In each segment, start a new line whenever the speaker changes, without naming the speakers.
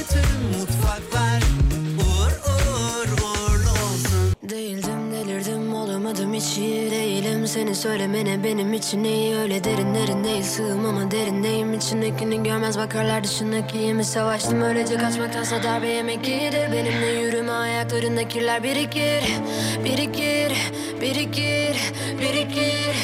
Bütün mutfaklar uğur uğur uğurlu olsun.
Değildim delirdim olamadım hiç iyi değilim Seni söylemene benim için iyi öyle derin derin değil Sığım ama derindeyim içindekini görmez bakarlar dışındaki mi Savaştım öylece kaçmaktansa darbe yemek iyidir Benimle yürüme ayaklarında kirler birikir Birikir, birikir, birikir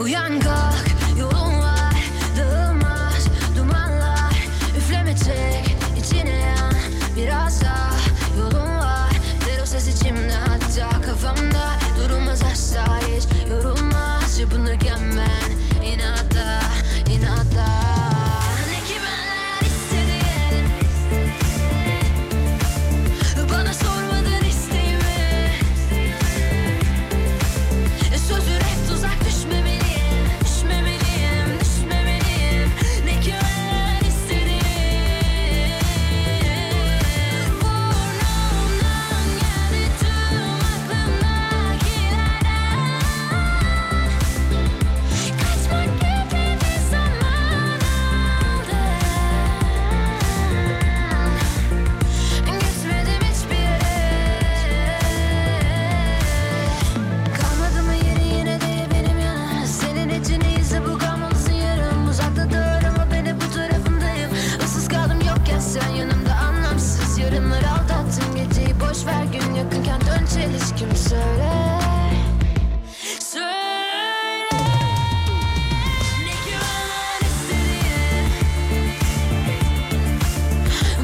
Uyan kalk yolun var dağılmaz dumanlar Üfleme çek içine yan biraz daha yolun var Ver o ses içimde hatta kafamda Durulmaz asla hiç yorulmaz Yapınırken ben inatla inatla Ne ki benler istediğin Bana sormadan isteğimi E, Sözü hep tuzak düşmemeliyim Düşmemeliyim düşmemeliyim Ne ki benler istediğin Burnumdan geldi tüm aklımdakilerden Kaçmak gibi bir zaman aldım Gitmedim hiçbir yere Kalmadı mı yeri yine de benim yana Senin için iyisi bu kalmalısın yarım Uzakta da arama beni bu tarafındayım Issız kaldım yokken sen yanımda anlamsız Yarınları aldattın geceyi boş ver gün yakınken dön çelişkim söyle Söyle Ne güvenler istediğin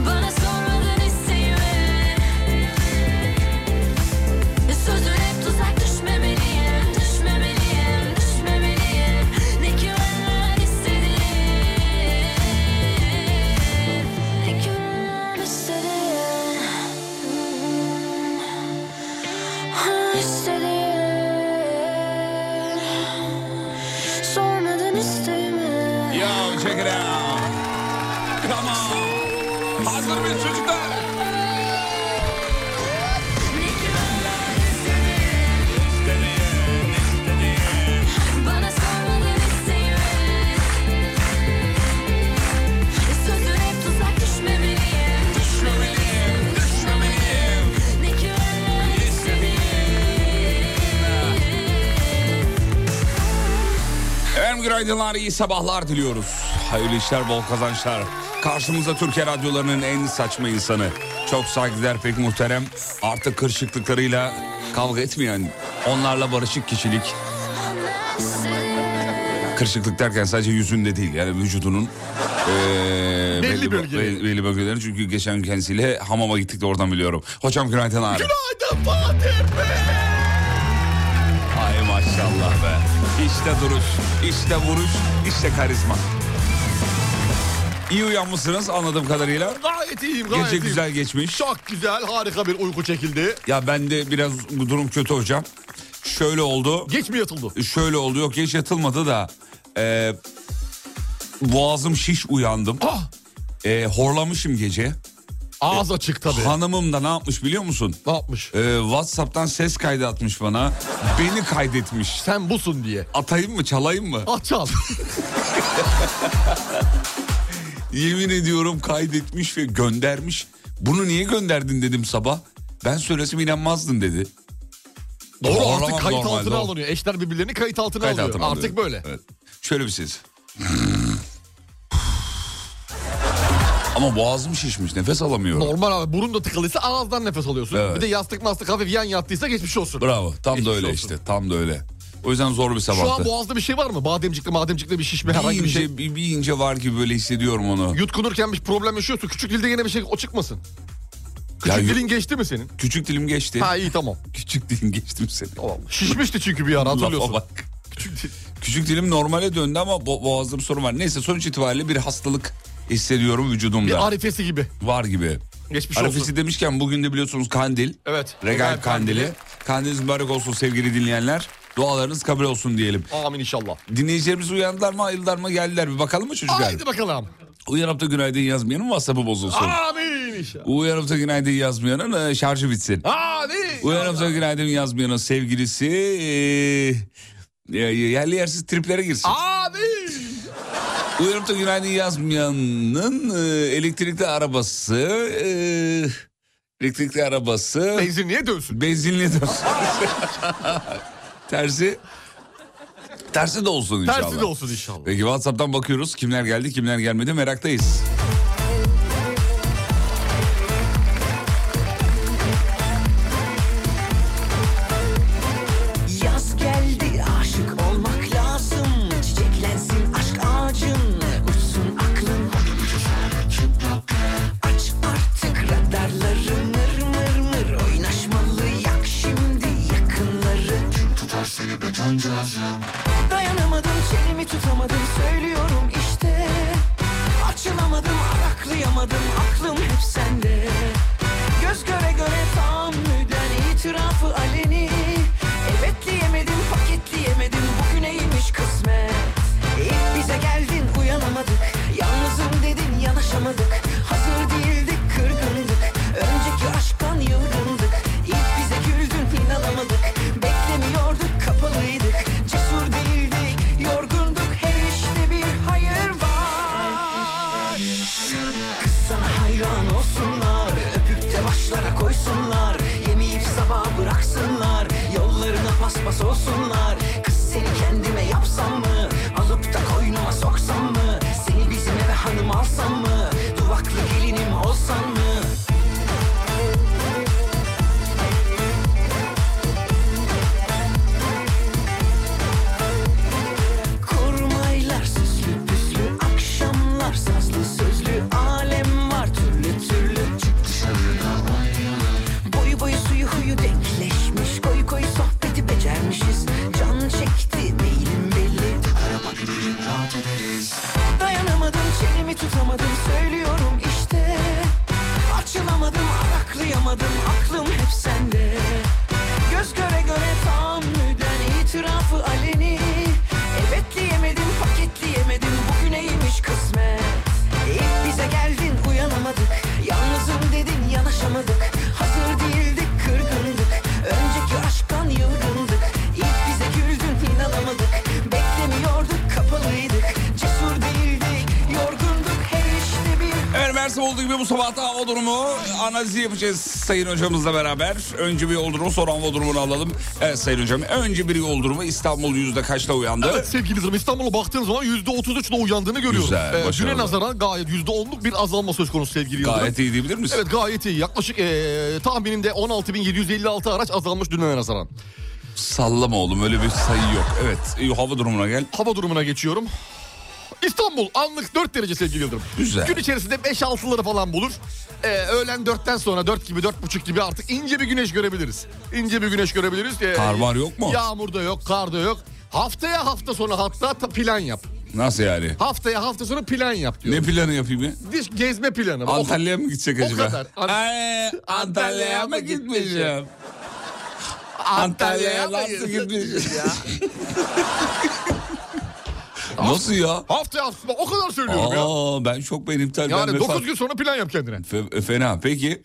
bana sormadan isteğimi Sözün hep tuzak düşmemeliyim Düşmemeliyim, düşmemeliyim Ne ki ben istediğim Ne ki ben istediğim İstediğim Sormadan isteğimi
Yo check it out. Come on. Hazır mıyız çocuklar?
Bana sormadan isteğimi Sözün hep tuzak düşmemeliyim Düşmemeliyim, düşmemeliyim Ne ki ben istediğim
Efendim günaydınlar, iyi sabahlar diliyoruz. Hayırlı işler, bol kazançlar. Karşımızda Türkiye radyolarının en saçma insanı. Çok saygıdeğer, pek muhterem. Artık kırışıklıklarıyla kavga etmeyen, onlarla barışık kişilik. Kırışıklık derken sadece yüzünde değil yani vücudunun eee, belli, bö-
bölgeleri.
be- belli bölgeleri. Çünkü geçen gün kendisiyle hamama gittik de oradan biliyorum. Hocam günaydın abi.
Günaydın Fatih Bey.
Ay maşallah be. İşte duruş, işte vuruş, işte karizma. İyi uyanmışsınız anladığım kadarıyla.
Gayet iyiyim gayet
Gece
iyiyim.
güzel geçmiş.
Çok güzel harika bir uyku çekildi.
Ya bende biraz bu durum kötü hocam. Şöyle oldu.
Geç mi yatıldı?
Şöyle oldu. Yok hiç yatılmadı da. e, boğazım şiş uyandım.
Ah
E, horlamışım gece.
ağız açık tabii.
Hanımım da ne yapmış biliyor musun?
ne yapmış?
E, Whatsapp'tan ses kaydı atmış bana. Beni kaydetmiş.
Sen busun diye.
Atayım mı çalayım mı?
Ah çal.
Yemin ediyorum kaydetmiş ve göndermiş. Bunu niye gönderdin dedim sabah. Ben söylesem inanmazdın dedi.
Doğru
Doğru,
artık kayıt
normalde
altına
o.
alınıyor. Eşler birbirlerini kayıt altına
Kayıt
alıyor.
altına
artık
alıyorum.
böyle.
Evet. Şöyle bir ses. Ama boğazım şişmiş nefes alamıyorum.
Normal abi burun da tıkalıysa ağızdan nefes alıyorsun.
Evet.
Bir de yastık mastık hafif yan yattıysa geçmiş olsun.
Bravo tam da
Geçmiş
öyle
olsun.
işte tam da öyle. O yüzden zor bir
Şu an
sabahtı.
boğazda bir şey var mı? Bademcikli mademcikli bir şişme
bir,
herhangi bir
ince,
şey.
bir, bir ince var gibi böyle hissediyorum onu.
Yutkunurken bir problem yaşıyorsun. Küçük dilde yine bir şey o çıkmasın. Küçük
Ya yut-
dilin geçti mi senin?
Küçük dilim geçti.
Ha iyi tamam.
Küçük dilim geçtim seni.
Şişmişti çünkü bir ara hatırlıyorsun.
Lafa bak. Küçük dilim normale döndü ama bo- boğazda bir sorun var. Neyse sonuç itibariyle bir hastalık hissediyorum vücudumda.
Bir arifesi gibi.
var gibi.
Geçmiş
Arifesi
olsun.
demişken bugün de biliyorsunuz kandil.
Evet.
Regal kandili. Kandiliniz mübarek olsun sevgili dinleyenler. Dualarınız kabul olsun diyelim.
Amin inşallah.
Dinleyicilerimiz uyandılar mı ayıldılar mı geldiler bir bakalım mı çocuklar?
Haydi bakalım.
Uyanıp da günaydın yazmayanın WhatsApp'ı bozulsun.
Amin inşallah.
Uyanıp da günaydın yazmayanın e, şarjı bitsin.
Amin.
Uyanıp da günaydın yazmayanın sevgilisi... e, Ya- Yerli yersiz triplere girsin.
Abi.
Uyarıp da günaydın yazmayanın e, elektrikli arabası... e, elektrikli arabası...
Benzin niye dönsün?
Benzinli de olsun. tersi... Tersi de olsun inşallah.
Tersi de olsun inşallah.
Peki WhatsApp'tan bakıyoruz. Kimler geldi, kimler gelmedi meraktayız.
Yaz geldi aşık olmak lazım Çiçeklensin aşk ağacın Uçsun aklın Aç artık radarları mır mır mır Oynaşmalı yak şimdi yakınları Dayanamadım çenemi tutamadım söylüyorum işte Açılamadım araklayamadım aklım hep sende Göz göre göre tahammüden itirafı aleni Evet diyemedim paketleyemedim bugüneymiş kısmet İlk bize geldin uyanamadık Yalnızım dedin yanaşamadık Hazır değildik kırgındık Önceki aşktan yılgındık İlk bize güldün inanamadık Beklemiyorduk kapalıydık Cesur değildik yorgunduk Her işte bir hayır var Kız sana hayran olsunlar Öpüp de başlara koysunlar Yemeyip sabah bıraksınlar Yollarına paspas olsunlar Kız seni kendime yapsam mı Alıp da koynuma soksam mı Seni bizim eve hanım alsam mı Duvaklı gelinim olsan mı Kurmaylar süslü püslü akşamlar sazlı sözlü alem var türlü türlü çık dışarıda Boyu boyu suyu huyu denkleşmiş koy koy sohbeti becermişiz can çekti meylim belli araba gidelim rahat ederiz Dayanamadım çenemi tutamadım söylüyorum işte Açılamadım araklayamadım aklım hep sende Göz göre göre tahammüden itirafı aleni Evet diyemedim paketleyemedim bugüneymiş kısmet İlk bize geldin uyanamadık Yalnızım dedin yanaşamadık Hazır değildik kırgındık Önceki aşktan yılgındık İlk bize güldün inanamadık Beklemiyorduk kapalıydık Cesur değildik yorgunduk Her işte bir
Evet Mersin olduğu gibi bu sabah da hava durumu analizi yapacağız Sayın Hocamızla beraber. Önce bir yol durumu sonra hava durumunu alalım. Evet Sayın Hocam önce bir yol durumu İstanbul yüzde kaçta uyandı?
Evet sevgili izleyicilerim, İstanbul'a baktığınız zaman %33'le uyandığını görüyoruz.
Güzel, başarılı.
düne nazaran gayet %10'luk bir azalma söz konusu sevgili Yıldırım.
Gayet iyi diyebilir misin?
Evet gayet iyi. Yaklaşık eee tahminimde 16.756 araç azalmış düne nazaran.
Sallama oğlum öyle bir sayı yok. Evet iyi, hava durumuna gel.
Hava durumuna geçiyorum. İstanbul anlık 4 derece sevgili Yıldırım.
Güzel.
Gün içerisinde 5-6'ları falan bulur. Ee, öğlen 4'ten sonra 4 gibi 4.30 gibi artık ince bir güneş görebiliriz. İnce bir güneş görebiliriz. Ee,
Kar var yok mu?
Yağmur da yok, kar da yok. Haftaya hafta sonu hatta ta- plan yap.
Nasıl yani?
Haftaya hafta sonu plan yap diyor.
Ne planı yapayım ya?
Diş gezme planı. O-
Antalya'ya mı gidecek
o
acaba?
kadar. An-
Ay, Antalya'ya mı gitmeyeceğim? Antalya'ya nasıl gitmeyeceğim? nasıl ya?
Haftaya hafta sonu o kadar söylüyorum ya.
Aa, ben çok benim iptal. ben
Yani
vefat-
9 gün sonra plan yap kendine.
Fe- e, fena. Peki.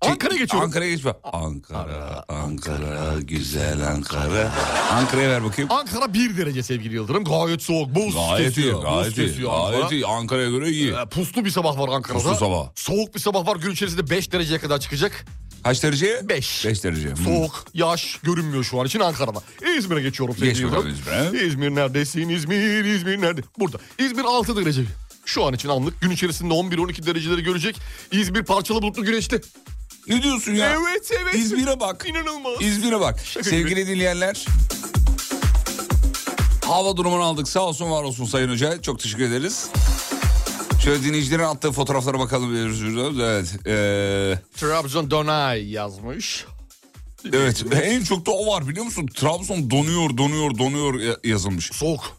Ankara'ya geçiyorum.
Ankara'ya geçme. Ankara, Ankara, güzel Ankara. Ankara'ya ver bakayım.
Ankara 1 derece sevgili Yıldırım. Gayet soğuk. Buz
Gayet iyi,
kesiyor. Buz
gayet iyi.
kesiyor Ankara.
Gayet iyi. Ankara'ya göre iyi.
Ee, Puslu bir sabah var Ankara'da.
Puslu sabah.
Soğuk bir sabah var. Gün içerisinde 5 dereceye kadar çıkacak.
Kaç derece?
Beş.
5 derece. Hmm.
Soğuk, yaş görünmüyor şu an için Ankara'da. İzmir'e geçiyorum. sevgili
Geç bakalım
Yıldırım.
İzmir'e.
İzmir neredesin? İzmir, İzmir nerede? Burada. İzmir 6 derece. Şu an için anlık. Gün içerisinde 11-12 dereceleri görecek. İzmir parçalı bulutlu güneşli.
Ne diyorsun ya?
Evet, evet.
İzmir'e bak.
İnanılmaz.
İzmir'e bak. Sevgili dinleyenler. Hava durumunu aldık. Sağ olsun var olsun Sayın Hoca. Çok teşekkür ederiz. Şöyle dinleyicilerin attığı fotoğraflara bakalım. Evet. Ee,
Trabzon Donay yazmış.
evet. En çok da o var biliyor musun? Trabzon donuyor donuyor donuyor ya- yazılmış.
Soğuk.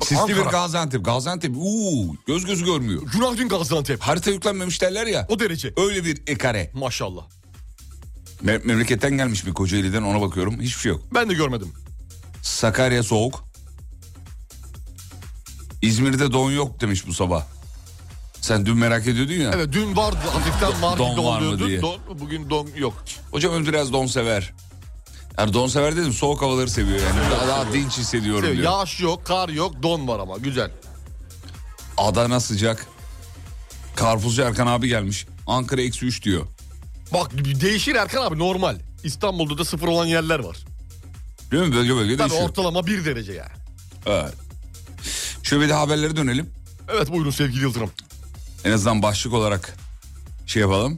Bak
Sisli bir
Ankara.
Gaziantep. Gaziantep uuu göz gözü görmüyor.
Günaydın Gaziantep.
Harita yüklenmemiş derler ya.
O derece.
Öyle bir ekare.
Maşallah.
Me- memleketten gelmiş bir Kocaeli'den ona bakıyorum. Hiçbir şey yok.
Ben de görmedim.
Sakarya soğuk. İzmir'de don yok demiş bu sabah. Sen dün merak ediyordun ya.
Evet dün vardı hafiften vardı
Don var mı
diyordu.
diye.
Don, bugün don yok.
Hocam biraz don sever. Yani don sever dedim soğuk havaları seviyor yani. Daha, daha dinç hissediyorum diyor.
Şey, Yağış yok, kar yok, don var ama güzel.
Adana sıcak. Karpuzcu Erkan abi gelmiş. Ankara eksi 3 diyor.
Bak değişir Erkan abi normal. İstanbul'da da sıfır olan yerler var.
Değil mi? Bölge bölge
Tabii
değişiyor.
ortalama bir derece yani.
Evet. Şöyle bir de haberlere dönelim.
Evet buyurun sevgili Yıldırım.
En azından başlık olarak şey yapalım.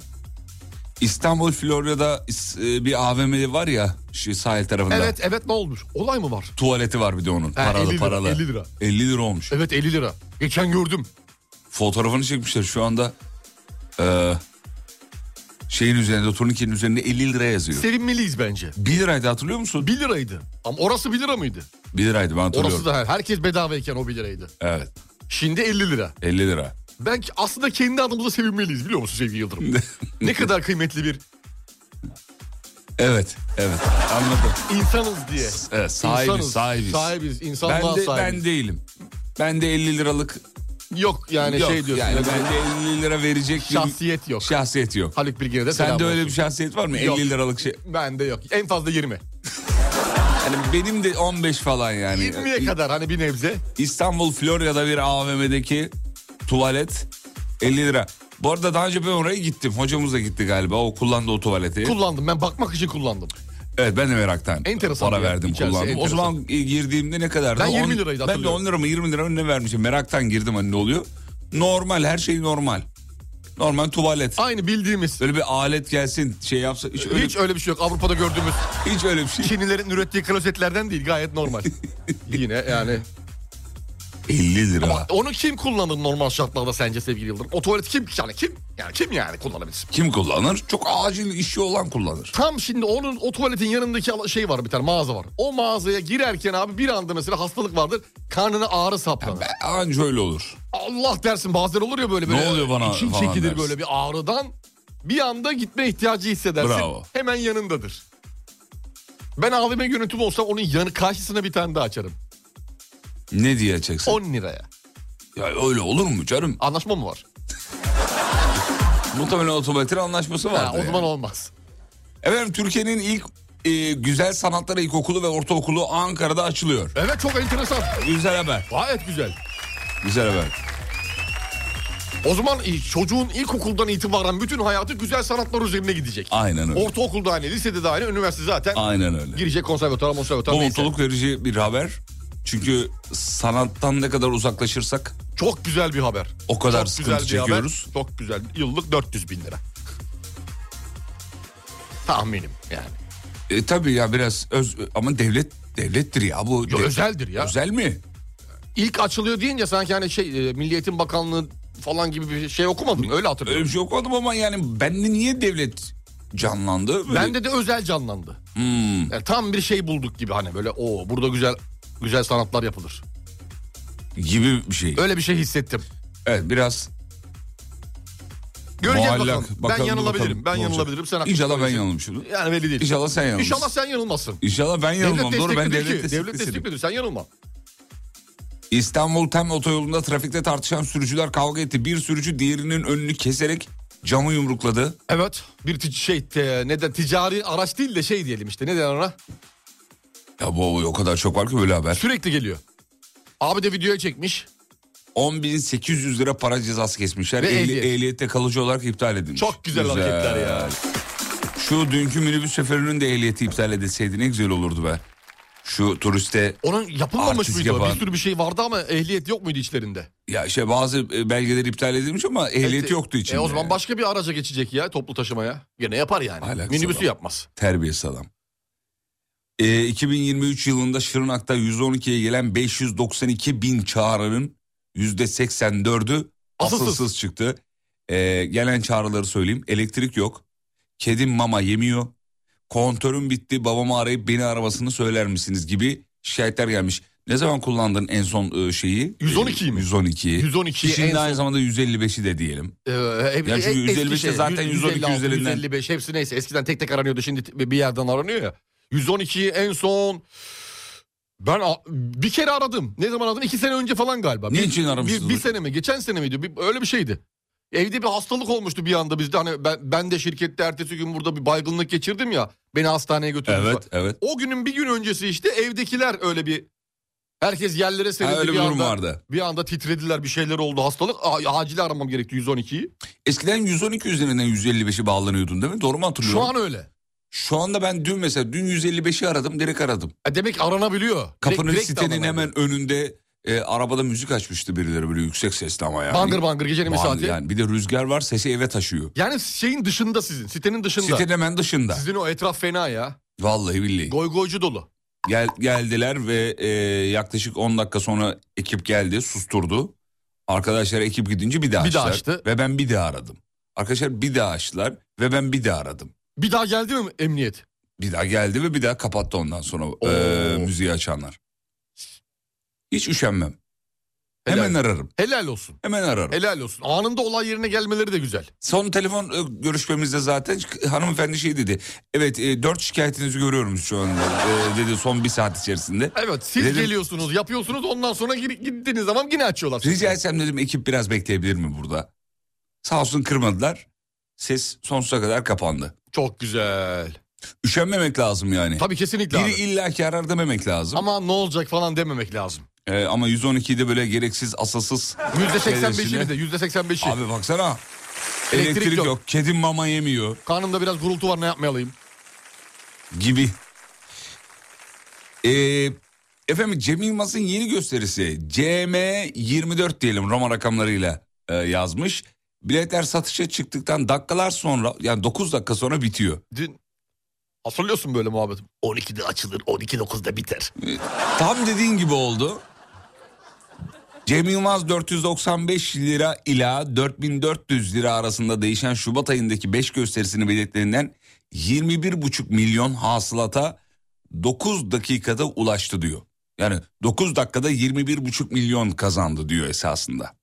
İstanbul Florya'da is- e, bir AVM var ya şu sahil tarafında.
Evet evet ne olmuş? Olay mı var?
Tuvaleti var bir de onun.
Ha,
paralı
50 lira,
paralı.
50 lira.
50 lira olmuş.
Evet 50 lira. Geçen gördüm.
Fotoğrafını çekmişler şu anda. e, şeyin üzerinde turnikenin üzerinde 50 lira yazıyor.
Sevinmeliyiz bence.
1 liraydı hatırlıyor musun?
1 liraydı. Ama orası 1 lira mıydı?
1 liraydı ben hatırlıyorum.
Orası da her- herkes bedavayken o 1 liraydı.
Evet
Şimdi 50 lira.
50 lira.
Ben ki- aslında kendi adımıza sevinmeliyiz biliyor musun sevgili Yıldırım? ne kadar kıymetli bir
Evet evet anladım.
insanız diye.
Evet, sahibiz
İnsanız,
sahibiz.
Sahibiz,
Ben
insanlığa
de, ben
sahibiz.
değilim. Ben de 50 liralık
Yok yani
yok.
şey diyorsun.
yani
ne
ben
bileyim,
de 50 lira verecek bir
Şahsiyet yok.
Şahsiyet yok.
Haluk Bilginer'e de selam
Sende öyle
olsun.
bir şahsiyet var mı?
Yok.
50 liralık şey.
Bende yok. En fazla 20.
Yani benim de 15 falan yani.
20'ye
İ-
kadar hani bir nebze.
İstanbul Florya'da bir AVM'deki tuvalet 50 lira. Bu arada daha önce ben oraya gittim. Hocamız da gitti galiba. O kullandı o tuvaleti.
Kullandım ben bakmak için kullandım.
evet ben de meraktan
Enteresan
para
bir yer.
verdim
İçerisi
kullandım. O
enteresan.
zaman e, girdiğimde ne kadardı?
Ben
On-
20 liraydı
Ben de
hatırlıyorum.
10 lira mı 20 lira mı ne vermişim. Meraktan girdim hani ne oluyor. Normal her şey normal. Normal tuvalet.
Aynı bildiğimiz.
Böyle bir alet gelsin şey yapsa. Hiç öyle,
Hiç öyle bir şey yok. Avrupa'da gördüğümüz
hiç öyle bir şey.
Çinlilerin ürettiği klozetlerden değil gayet normal. Yine yani.
50 lira.
Ama onu kim kullanır normal şartlarda sence sevgili Yıldırım? O tuvalet kim yani kim? Yani kim yani kullanabilir?
Kim kullanır? Çok acil işi olan kullanır.
Tam şimdi onun o tuvaletin yanındaki ala- şey var bir tane mağaza var. O mağazaya girerken abi bir anda mesela hastalık vardır. Karnına ağrı saplanır.
Ben, anca öyle olur.
Allah dersin bazen olur ya böyle
Ne
böyle.
oluyor bana
İçin
falan
çekilir
dersin.
böyle bir ağrıdan. Bir anda gitme ihtiyacı hissedersin.
Bravo.
Hemen yanındadır. Ben AVM yönetim olsam onun yanı karşısına bir tane daha açarım.
Ne diyeceksin?
10 liraya.
Ya öyle olur mu canım?
Anlaşma mı var?
Muhtemelen otomatik anlaşması var.
Ha, o zaman olmaz.
Efendim Türkiye'nin ilk e, güzel sanatlar ilkokulu ve ortaokulu Ankara'da açılıyor.
Evet çok enteresan.
Güzel haber.
Gayet güzel.
Güzel haber.
O zaman e, çocuğun ilkokuldan itibaren bütün hayatı güzel sanatlar üzerine gidecek.
Aynen öyle.
Ortaokulda aynı, lisede de aynı, üniversite zaten
Aynen öyle.
girecek konservatuara, konservatuara.
Bu
neyse.
mutluluk verici bir haber. Çünkü sanattan ne kadar uzaklaşırsak
Çok güzel bir haber.
o kadar
Çok
sıkıntı
güzel bir
çekiyoruz.
haber. Çok güzel. Yıllık 400 bin lira. Tahminim yani.
E, tabii ya biraz öz ama devlet devlettir ya bu.
Yo,
Dev-
özeldir ya.
Özel mi?
İlk açılıyor deyince sanki hani şey e, Milli Eğitim Bakanlığı falan gibi bir şey okumadım. Öyle
Öyle
hatırlıyorum.
bir şey okumadım ama yani bende niye devlet canlandı? Böyle-
Bende de özel canlandı.
Hmm.
Yani tam bir şey bulduk gibi hani böyle o burada güzel güzel sanatlar yapılır.
gibi bir şey.
Öyle bir şey hissettim.
Evet biraz
Göreceğiz
muallak.
bakalım. Ben
Bakalım,
yanılabilirim.
bakalım
Ben
ne olacak.
yanılabilirim. Sen haklısın.
İnşallah ben yanılmışım.
Yani belli değil.
İnşallah sen yanılmışsın.
İnşallah sen yanılmazsın.
İnşallah ben yanılmam.
Devlet
Doğru ben
desteklidir
devlet
ki. Devlet
desteklisiyim.
desteklidir. Sen yanılma.
İstanbul Tem otoyolunda trafikte tartışan sürücüler kavga etti. Bir sürücü diğerinin önünü keserek camı yumrukladı.
Evet. Bir tic- şey te, ne de ticari araç değil de şey diyelim işte. Ne der ona?
Ya bu o kadar çok var ki böyle haber.
Sürekli geliyor. Abi de videoya çekmiş.
10.800 lira para cezası kesmişler.
Ve
Ehli-
ehliyet.
ehliyette kalıcı olarak iptal edilmiş.
Çok güzel hareketler ya.
Şu dünkü minibüs şoförünün de ehliyeti iptal edilseydi ne güzel olurdu be. Şu turiste
Onun yapılmamış
Artist
mıydı? o?
yapan.
Bir sürü bir şey vardı ama ehliyet yok muydu içlerinde?
ya şey bazı e, belgeler iptal edilmiş ama ehliyeti
E,
yoktu içinde.
E, o zaman başka bir araca geçecek ya toplu taşımaya. Gene yapar yani.
Alakası
Minibüsü
var.
yapmaz.
Terbiyesiz adam. E, 2023 yılında Şırnak'ta 112'ye gelen 592 bin çağrının %84'ü
Asılsız.
asılsız, çıktı. E, gelen çağrıları söyleyeyim. Elektrik yok. Kedim mama yemiyor. Kontörüm bitti babamı arayıp beni arabasını söyler misiniz gibi şikayetler gelmiş. Ne zaman kullandın en son e, şeyi?
112'yi mi?
112'yi.
112'yi en
Şimdi
son-
aynı zamanda 155'i de diyelim.
Ee, hep-
Ya çünkü
e- eski
155'te zaten
100,
112,
156,
155'den.
155 hepsi neyse eskiden tek tek aranıyordu şimdi t- bir yerden aranıyor ya. 112'yi en son ben a- bir kere aradım. Ne zaman aradım? İki sene önce falan galiba. Bir-
Niçin aramışsınız
Bir, bir
hocam?
sene mi? Geçen sene miydi? Bir- öyle bir şeydi. Evde bir hastalık olmuştu bir anda bizde. Hani ben, ben de şirkette ertesi gün burada bir baygınlık geçirdim ya. Beni hastaneye götürdüler.
Evet evet.
O günün bir gün öncesi işte evdekiler öyle bir... Herkes yerlere
Ha,
serildi
öyle bir
bir
durum
anda.
vardı.
Bir anda titrediler bir şeyler oldu hastalık. A- acil aramam gerekti 112'yi.
Eskiden 112 üzerinden 155'i bağlanıyordun değil mi? Doğru mu hatırlıyorum?
Şu an öyle.
Şu anda ben dün mesela dün 155'i aradım direkt aradım.
E demek ki aranabiliyor.
Kapının
Direkt- direkt
sitenin
aranabiliyor.
hemen önünde e, arabada müzik açmıştı birileri böyle yüksek sesle ama yani.
Bangır bangır gecenin bir
Bağır-
saati. Yani.
Yani bir de rüzgar var sesi eve taşıyor.
şeyin dışında sizin. Sitenin dışında.
Sitenin hemen dışında.
Sizin o etraf fena ya.
Vallahi billahi.
Goygoycu dolu.
Gel, geldiler ve e, yaklaşık 10 dakika sonra ekip geldi susturdu. Arkadaşlar ekip gidince bir daha,
Bir daha
açtılar.
açtı.
Ve ben bir daha aradım. Arkadaşlar bir daha açtılar ve ben bir daha aradım.
Bir daha geldi mi emniyet?
Bir daha geldi ve bir daha kapattı ondan sonra e, müziği açanlar. Hiç üşenmem.
Helal.
Hemen ararım.
Helal olsun.
Hemen ararım.
Helal olsun. Anında olay yerine gelmeleri de güzel.
Son telefon e, görüşmemizde zaten hanımefendi şey dedi. Evet e, dört şikayetinizi görüyorum şu anda e, dedi son bir saat içerisinde.
Evet siz
Dedim-
geliyorsunuz yapıyorsunuz ondan sonra gir- gittiğiniz zaman yine açıyorlar.
Rica etsem dedim ekip biraz bekleyebilir mi burada? Sağ olsun kırmadılar. Ses sonsuza kadar kapandı.
Çok güzel.
Üşenmemek lazım yani.
Tabii kesinlikle
Biri
abi.
illaki arar dememek lazım. Ama,
Ama ne olacak falan dememek lazım.
ee, ama 112'de böyle gereksiz asılsız.
%85'i
şeyler
bize %85'i.
Abi baksana.
Elektrik
Elektrik, yok.
yok.
Kedim mama yemiyor
Karnımda biraz gurultu var ne yapmayalım.
gibi. Ee, efendim Cem Yılmaz'ın yeni gösterisi CM24 diyelim Roma rakamlarıyla e, yazmış. Biletler satışa çıktıktan dakikalar sonra yani 9 dakika sonra bitiyor.
Dün hatırlıyorsun böyle muhabbetim. 12'de açılır 12.9'da biter.
Tam dediğin gibi oldu. Cem Yılmaz 495 lira ila 4400 lira arasında değişen Şubat ayındaki 5 gösterisinin biletlerinden 21,5 milyon hasılata 9 dakikada ulaştı diyor. Yani 9 dakikada 21,5 milyon kazandı diyor esasında.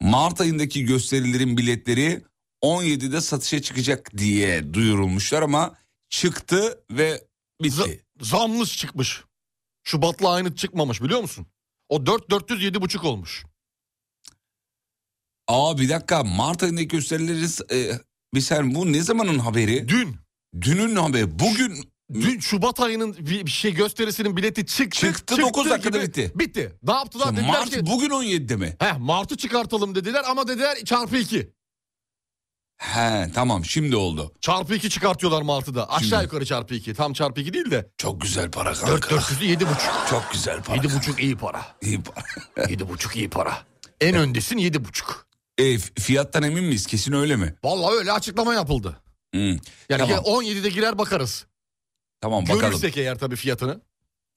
Mart ayındaki gösterilerin biletleri 17'de satışa çıkacak diye duyurulmuşlar ama çıktı ve bitti.
Zamlı çıkmış. Şubat'la aynı çıkmamış biliyor musun? O 4 407 buçuk olmuş.
Aa bir dakika Mart ayındaki gösterileriz. E, bir sen bu ne zamanın haberi?
Dün
Dünün haberi. Bugün
Dün Şubat ayının bir bir şey gösterisinin bileti çıktı.
Çıktı, dokuz dakikada bitti.
Bitti. Ne yaptılar dediler
Mart
ki.
bugün 17'de mi?
Heh, Mart'ı çıkartalım dediler ama dediler çarpı 2.
He tamam şimdi oldu.
Çarpı 2 çıkartıyorlar Mart'ı da. Aşağı
Şimdi.
yukarı çarpı 2. Tam çarpı 2 değil de.
Çok güzel para kanka.
4 400'ü 7 buçuk.
Çok güzel para.
7
kanka.
buçuk iyi para.
İyi para.
7 buçuk iyi para. En öndesin 7 buçuk.
E, f- fiyattan emin miyiz? Kesin öyle mi?
Valla öyle açıklama yapıldı.
Hı.
Yani
Tamam.
ya 17'de girer bakarız.
Tamam bakalım.
Görürsek eğer tabii fiyatını.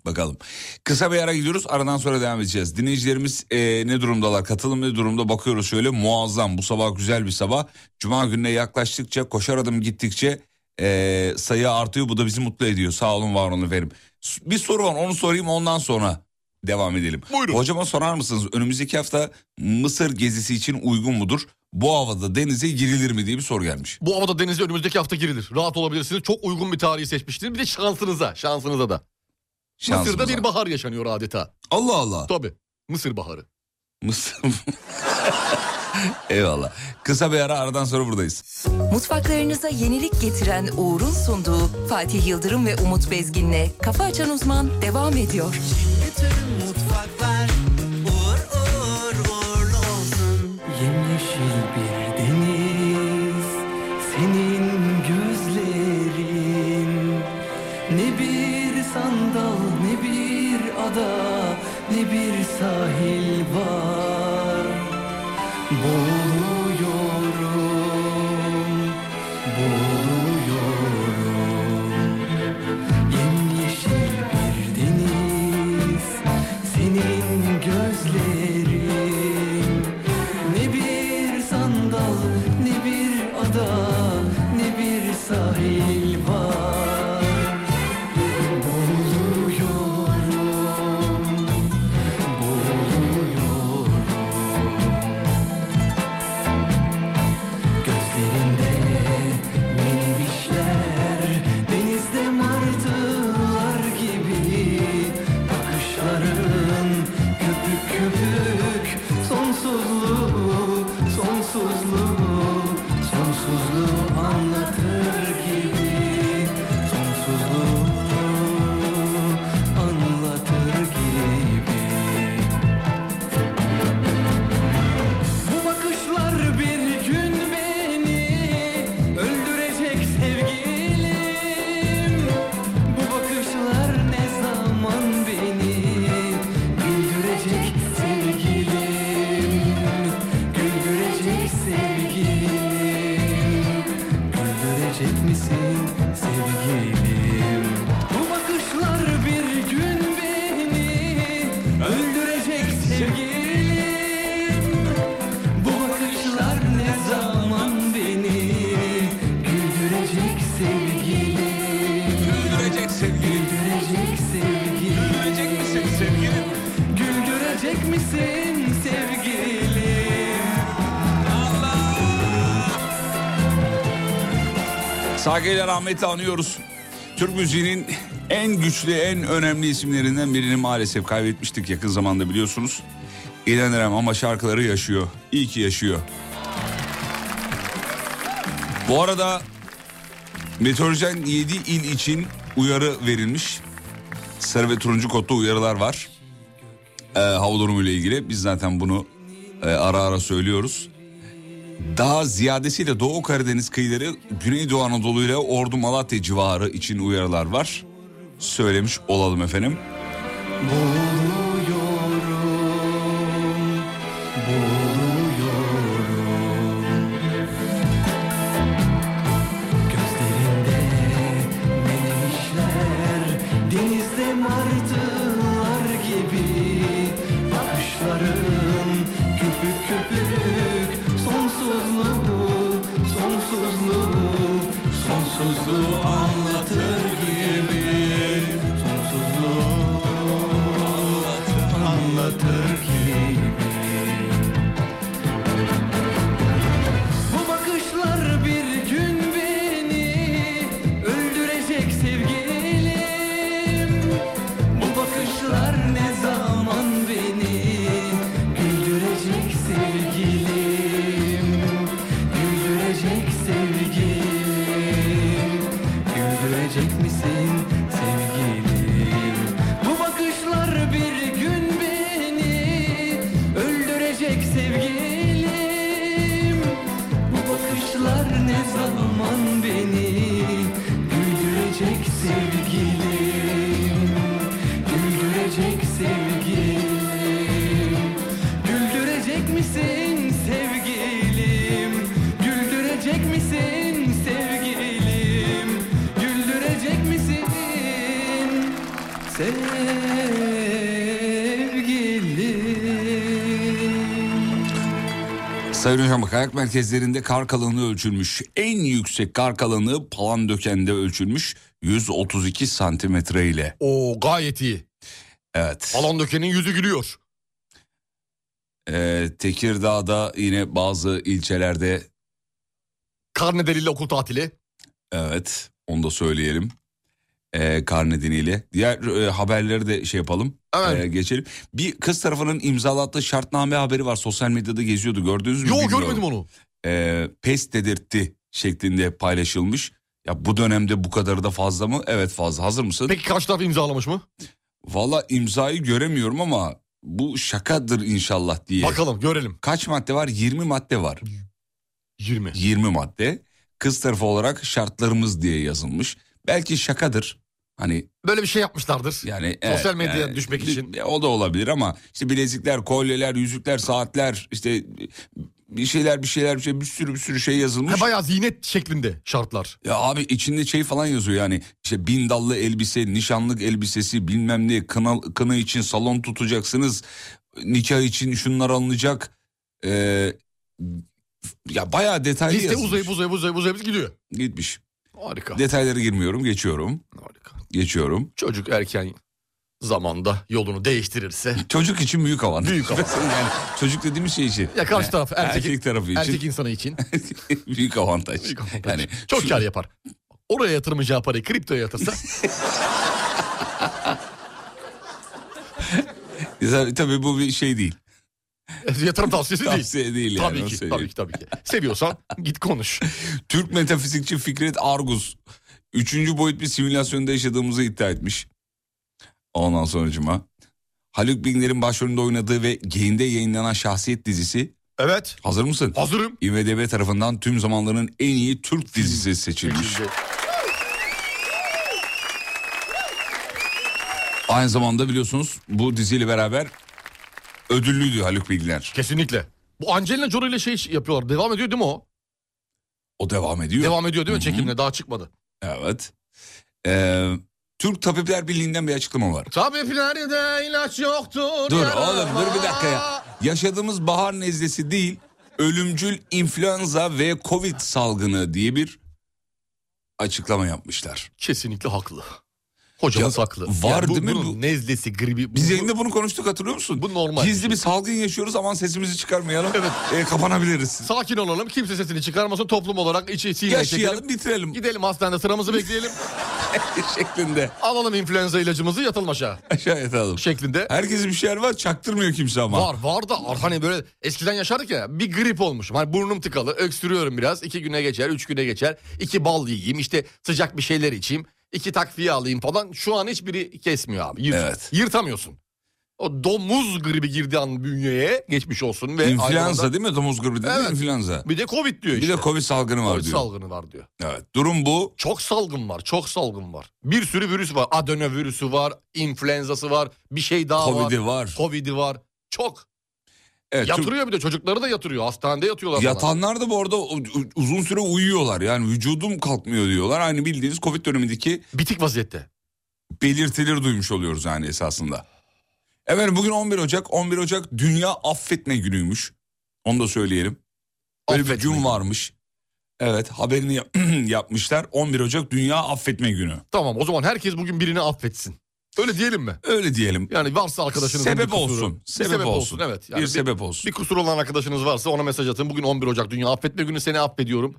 Bakalım. Kısa bir ara gidiyoruz. Aradan sonra devam edeceğiz. Dinleyicilerimiz e, ne durumdalar? Katılım ne durumda? Bakıyoruz şöyle muazzam. Bu sabah güzel bir sabah. Cuma gününe yaklaştıkça koşar adım gittikçe e, sayı artıyor. Bu da bizi mutlu ediyor. Sağ olun var olun efendim. S- Bir soru var onu sorayım ondan sonra devam edelim.
Buyurun.
Hocama sorar mısınız? Önümüzdeki hafta Mısır gezisi için uygun mudur? Bu havada denize girilir mi diye bir soru gelmiş.
Bu havada denize önümüzdeki hafta girilir. Rahat olabilirsiniz. Çok uygun bir tarihi seçmiştiniz. Bir de şansınıza. Şansınıza da. Mısır'da
Şansımıza.
bir bahar yaşanıyor adeta.
Allah Allah.
Tabii. Mısır baharı.
Mısır. Eyvallah. Kısa bir ara aradan sonra buradayız.
Mutfaklarınıza yenilik getiren Uğur'un sunduğu Fatih Yıldırım ve Umut Bezgin'le Kafa Açan Uzman devam ediyor.
Bütün mutfaklar uğur uğur uğurlu olsun. Yemyeşil bir deniz, senin gözlerin. Ne bir sandal, ne bir ada, ne bir sahil var. Boğuluyorum, boğuluyorum. Yemyeşil bir deniz Senin gözlerin Ne bir sandal Ne bir ada Ne bir sahil var Boğuluyorum Boğuluyorum Gözlerinde minibişler Denizde martılar gibi Bakışların köpük köpük Sonsuzluğu, sonsuzluğu sevgilim Bu bakışlar ne zaman beni Güldürecek sevgilim
Güldürecek sevgilim.
Güldürecek sevgilim
Güldürecek misin sevgilim?
Güldürecek misin sevgilim
Saygıyla rahmetle anıyoruz. Türk müziğinin en güçlü, en önemli isimlerinden birini maalesef kaybetmiştik yakın zamanda biliyorsunuz. İlan İrem ama şarkıları yaşıyor. İyi ki yaşıyor. Bu arada meteorolojen 7 il için uyarı verilmiş. Sarı ve turuncu kodda uyarılar var. Ee, hava durumuyla ilgili biz zaten bunu e, ara ara söylüyoruz daha ziyadesiyle Doğu Karadeniz kıyıları, Güneydoğu Anadolu ile Ordu Malatya civarı için uyarılar var. Söylemiş olalım efendim.
Gözlerinde menişler Denizde martılar gibi Bakışların köpük köpük Sonsuzluğu, sonsuzluğu Sonsuzluğu anlatır gibi Sonsuzluğu anlatır gibi Bu bakışlar bir gün beni öldürecek sevgilim. Bu bakışlar ne zaman beni güldürecek sevgilim. Güldürecek sevgilim. Güldürecek misin sevgilim? Bu bakışlar bir gün beni öldürecek sevgilim. Bu bakışlar ne zaman beni güldürecek sevgilim Güldürecek sevgilim Güldürecek misin sevgilim Güldürecek misin sevgilim Güldürecek misin sevgilim
Sayın Hocam bak, kayak merkezlerinde kar kalınlığı ölçülmüş. En yüksek kar kalınlığı Palandöken'de ölçülmüş 132 santimetre ile.
Oo gayet iyi.
Evet.
Alan dökenin yüzü gülüyor.
Ee, Tekirdağ'da yine bazı ilçelerde
Kar nedeniyle okul tatili.
evet onu da söyleyelim. Ee, kar nedeniyle. Diğer e, haberleri de şey yapalım.
Evet.
Ee, geçelim. Bir kız tarafının imzalattığı şartname haberi var. Sosyal medyada geziyordu. Gördünüz mü?
Yok
bilmiyorum.
görmedim onu.
Ee, pes dedirtti şeklinde paylaşılmış. Ya bu dönemde bu kadarı da fazla mı? Evet fazla. Hazır mısın?
Peki karşı taraf imzalamış mı?
Valla imzayı göremiyorum ama bu şakadır inşallah diye.
Bakalım görelim.
Kaç madde var? 20 madde var.
20.
20 madde. Kız tarafı olarak şartlarımız diye yazılmış. Belki şakadır. Hani
Böyle bir şey yapmışlardır.
yani
Sosyal
e,
medyaya
e,
düşmek
dü-
için.
e, O da olabilir ama işte bilezikler, kolyeler, yüzükler, saatler, işte bir şeyler bir şeyler bir şey bir sürü bir sürü şey yazılmış.
Ha, bayağı zinet şeklinde şartlar.
Ya abi içinde şey falan yazıyor yani işte bin dallı elbise, nişanlık elbisesi bilmem ne, kına, kına için salon tutacaksınız, nikah için şunlar alınacak. Ee, ya bayağı detaylı
Liste
yazılmış.
uzayıp uzayıp uzayıp uzayıp gidiyor.
Gitmiş.
Harika.
Detaylara girmiyorum, geçiyorum,
Harika.
geçiyorum.
Çocuk erken zamanda yolunu değiştirirse
Çocuk için büyük avan.
Büyük avan.
yani çocuk dediğimiz şey için.
ya karşı taraf erkek,
Erkek, tarafı için
erkek insanı için
büyük avantaj.
büyük avantaj.
Yani
çok
şu-
kar yapar. Oraya yatırmayacağı parayı kriptoya yatırsa
Tabii- Tabii bu bir şey değil.
yatırım tavsiyesi değil.
Tavsiye değil yani.
Tabii
onu
ki,
söyleyeyim.
tabii ki, tabii ki. Seviyorsan git konuş.
Türk metafizikçi Fikret Argus üçüncü boyut bir simülasyonda yaşadığımızı iddia etmiş. Ondan sonracıma Haluk Bilginer'in başrolünde oynadığı ve Gain'de yayınlanan Şahsiyet dizisi
Evet.
hazır mısın?
Hazırım.
IMDB tarafından tüm zamanların en iyi Türk dizisi seçilmiş. Aynı zamanda biliyorsunuz bu diziyle beraber ödüllüydü Haluk Bilginer.
Kesinlikle. Bu Angelina Jolie ile şey yapıyorlar. Devam ediyor değil mi o?
O devam ediyor.
Devam ediyor değil mi
Hı hı.
çekimle? Daha çıkmadı.
Evet. Ee, Türk Tabipler Birliği'nden bir açıklama var.
Tabiplerde ilaç yoktur.
Dur
yarama.
oğlum dur bir dakika ya. Yaşadığımız bahar nezlesi değil, ölümcül influenza ve covid salgını diye bir açıklama yapmışlar.
Kesinlikle haklı. Hocamız
Ya,
haklı.
var
bu-
değil mi
bunun
bu?
nezlesi, gribi.
Biz
bu-
yayında bunu konuştuk hatırlıyor musun?
Bu normal. şey.
Gizli bir salgın yaşıyoruz aman sesimizi çıkarmayalım.
Evet.
E, kapanabiliriz.
Sakin olalım kimse sesini çıkarmasın toplum olarak içi sihirle
Yaşayalım bitirelim
Gidelim hastanede sıramızı bekleyelim.
şeklinde
Alalım influenza ilacımızı yatalım aşağı
aşağı yatalım.
şeklinde.
Herkesin bir şeyler var çaktırmıyor kimse ama.
Var var da hani böyle eskiden yaşardık ya bir grip olmuşum. Hani burnum tıkalı öksürüyorum biraz. iki güne geçer üç güne geçer. iki bal yiyeyim işte sıcak bir şeyler içeyim. iki takviye alayım falan. Şu an hiçbiri kesmiyor abi. Yırt,
Evet.
Yırtamıyorsun. O domuz gribi girdiği an bünyeye geçmiş olsun. ve aynı
İnfluenza
anda-
değil mi? Domuz gribi değil
Evet.
mi? İnfluenza.
Bir de covid diyor
Bir
işte.
de covid salgını var
Covid
diyor.
salgını var diyor.
Evet. Durum bu.
Çok salgın var, çok salgın var. Bir sürü virüs var. Adenovirüsü var, influenzası var, bir şey daha var.
Covid'i var.
Covid'i var. Çok.
Evet, Türk-
Yatırıyor bir de çocukları da yatırıyor. Hastanede yatıyorlar falan.
Yatanlar da bu arada u- u- uzun süre uyuyorlar. Yani vücudum kalkmıyor diyorlar. Aynı bildiğiniz Covid dönemindeki
Bitik vaziyette.
belirtileri duymuş oluyoruz yani esasında. Efendim bugün 11 Ocak. 11 Ocak Dünya Affetme Günü'ymüş. Onu da söyleyelim. Böyle bir
Affetme
gün
günü.
varmış. Evet haberini yap- yapmışlar. 11 Ocak Dünya Affetme Günü.
Tamam o zaman herkes bugün birini affetsin. Öyle diyelim mi?
Öyle diyelim.
Yani varsa arkadaşınızın bir
Sebep
kusuru.
olsun.
Bir
Sebep, olsun.
Evet. Yani
bir,
bir,
sebep olsun.
bir kusur olan arkadaşınız varsa ona mesaj atın. Bugün 11 Ocak Dünya Affetme Günü seni affediyorum.